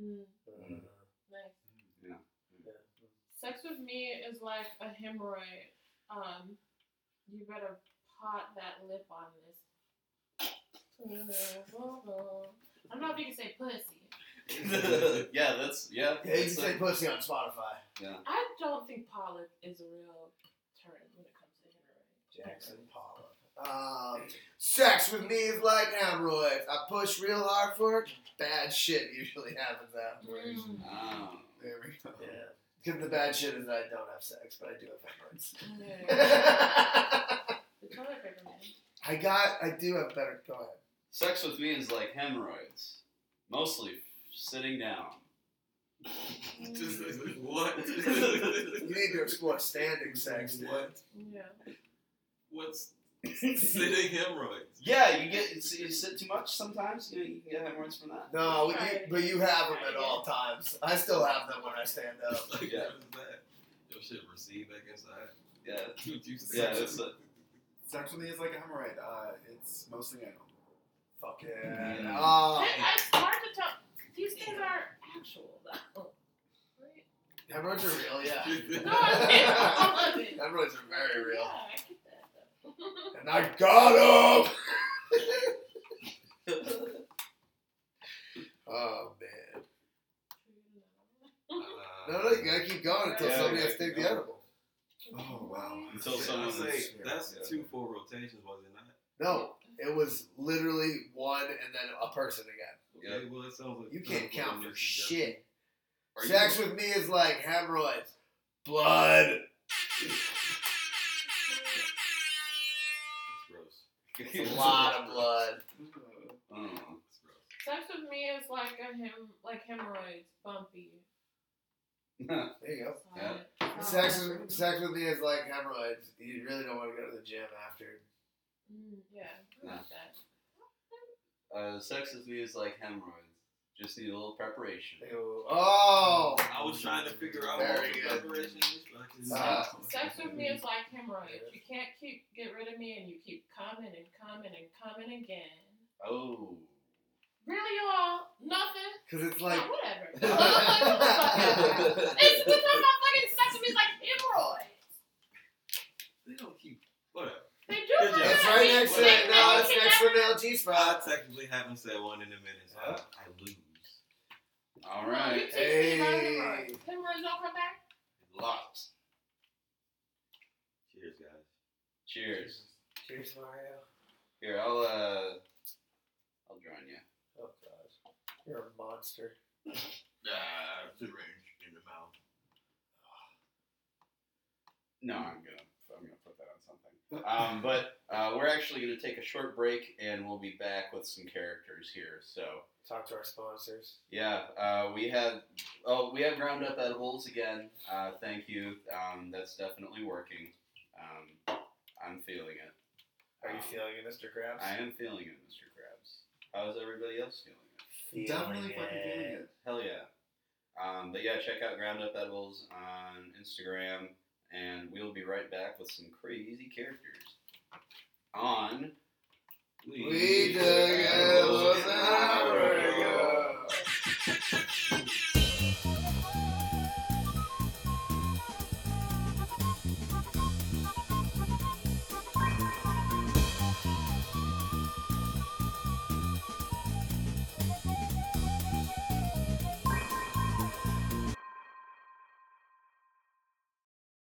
Speaker 5: Mm,
Speaker 4: Uh,
Speaker 5: nice.
Speaker 3: Yeah.
Speaker 5: Sex with me is like a hemorrhoid. Um, you better pot that lip on this. I don't know if you can say pussy.
Speaker 3: yeah, that's yeah.
Speaker 4: yeah, you can
Speaker 3: that's
Speaker 4: say
Speaker 3: a-
Speaker 4: pussy on Spotify.
Speaker 5: I don't think polyp is a real term when it comes to hemorrhoid.
Speaker 4: Jackson Pollock. Um, sex with me is like hemorrhoids. I push real hard for it. Bad shit usually happens afterwards.
Speaker 5: Mm.
Speaker 3: Oh.
Speaker 1: There we go.
Speaker 4: Yeah. Because the bad shit is that I don't have sex, but I do have hemorrhoids.
Speaker 5: Yeah.
Speaker 4: <laughs>
Speaker 5: the toilet paper man.
Speaker 4: I got. I do have better. Go ahead.
Speaker 3: Sex with me is like hemorrhoids, mostly sitting down.
Speaker 2: Just <laughs> what?
Speaker 4: You need to explore standing sex. dude.
Speaker 2: What?
Speaker 5: Yeah.
Speaker 2: What's sitting hemorrhoids?
Speaker 3: Yeah, you get it's, you sit too much sometimes. You, you can get hemorrhoids from that.
Speaker 4: <laughs> No, you, but you have them at all times. I still have them when I stand up.
Speaker 2: Like,
Speaker 3: Yeah.
Speaker 2: what is that? Your shit recede back inside. <laughs>
Speaker 3: Yeah,
Speaker 2: Dude, you such
Speaker 3: yeah, uh,
Speaker 2: a-
Speaker 3: that's a,
Speaker 1: Sex with me is like a hemorrhoid. Uh, it's mostly anal. Uh,
Speaker 4: Fuck
Speaker 3: Yeah.
Speaker 4: yeah. Oh,
Speaker 5: I- It's hard to tell. These things are actual, though. Right?
Speaker 4: hemorrhoids are real. Yeah.
Speaker 5: No, I mean, all of it.
Speaker 4: Hemorrhoids are very real.
Speaker 5: Yeah, I get that, though.
Speaker 4: and I <laughs> got him. oh man! No, no, you gotta keep going until
Speaker 5: Yeah,
Speaker 4: somebody
Speaker 2: yeah,
Speaker 4: has to take the
Speaker 2: yeah.
Speaker 4: edible.
Speaker 1: <laughs> Oh, wow.
Speaker 3: Until
Speaker 2: Say-
Speaker 3: someone
Speaker 2: I say,
Speaker 1: was-
Speaker 2: that's
Speaker 1: yeah.
Speaker 2: two full rotations, was it not?
Speaker 4: No, it was literally one and then a person again.
Speaker 2: Okay, well, it sounds like
Speaker 4: You can't
Speaker 2: that's what
Speaker 4: count
Speaker 2: I'm
Speaker 4: for
Speaker 2: suggesting.
Speaker 4: shit.
Speaker 2: Are you-
Speaker 4: Sex
Speaker 3: <laughs>
Speaker 4: with me is like hemorrhoids, blood.
Speaker 2: That's gross.
Speaker 4: <laughs> It's <laughs> a lot of blood.
Speaker 3: Mm.
Speaker 2: That's gross.
Speaker 5: Sex with me is like a hem, like hemorrhoids, bumpy.
Speaker 4: There you go.
Speaker 5: solid, solid.
Speaker 4: Sex, with- sex with me is like hemorrhoids. You really don't want to go to the gym after.
Speaker 5: Mm, yeah, I like that.
Speaker 3: <laughs> Uh, sex with me is like hemorrhoids. Just need a little preparation.
Speaker 4: Ew. Oh,
Speaker 2: I was trying to figure out
Speaker 4: Very
Speaker 2: what the
Speaker 4: good.
Speaker 2: preparation is, but I couldn't-
Speaker 4: Uh,
Speaker 5: Sex with me is like hemorrhoids. You can't keep get rid of me, and you keep coming and coming and coming again.
Speaker 3: Oh.
Speaker 5: Really, y'all? Nothing?
Speaker 4: because it's
Speaker 5: Like,
Speaker 4: like
Speaker 5: whatever. <laughs> it's because my fucking sex with me is like hemorrhoids.
Speaker 2: They don't keep whatever.
Speaker 5: They do
Speaker 2: Good job.
Speaker 5: that.
Speaker 4: it's right
Speaker 5: They-
Speaker 4: next to it.
Speaker 5: they-
Speaker 4: No,
Speaker 5: they
Speaker 4: it's
Speaker 5: can
Speaker 4: next to an
Speaker 5: never-
Speaker 4: LG
Speaker 2: I
Speaker 4: spot.
Speaker 2: technically haven't said one in a minute, so I, I lose.
Speaker 3: All
Speaker 5: Well, you
Speaker 3: right.
Speaker 5: teach me about
Speaker 4: Hey.
Speaker 5: hemorrhoids. Hemorrhoids don't come back.
Speaker 3: Lots.
Speaker 2: Cheers, guys.
Speaker 3: Cheers.
Speaker 4: Cheers, Mario.
Speaker 3: Here, I'll uh, I'll join you.
Speaker 4: Oh gosh, you're a monster.
Speaker 2: Ah, syringe in the mouth.
Speaker 3: No, I'm gonna I'm gonna put that on something. Um, but uh, we're actually gonna take a short break, and we'll be back with some characters here. So.
Speaker 4: Talk to our sponsors.
Speaker 3: Yeah, uh, we have oh we have ground up edibles again. Uh, thank you. Um, that's definitely working. Um, I'm feeling it.
Speaker 4: Are you
Speaker 3: Um,
Speaker 4: feeling it, Mr. Krabs?
Speaker 3: I am feeling it, Mr. Krabs. How's everybody else feeling it?
Speaker 4: Feeling
Speaker 1: Definitely fucking feeling it.
Speaker 3: Hell yeah. Um, but yeah, check out ground up edibles on Instagram, and we'll be right back with some crazy characters on.
Speaker 4: We dug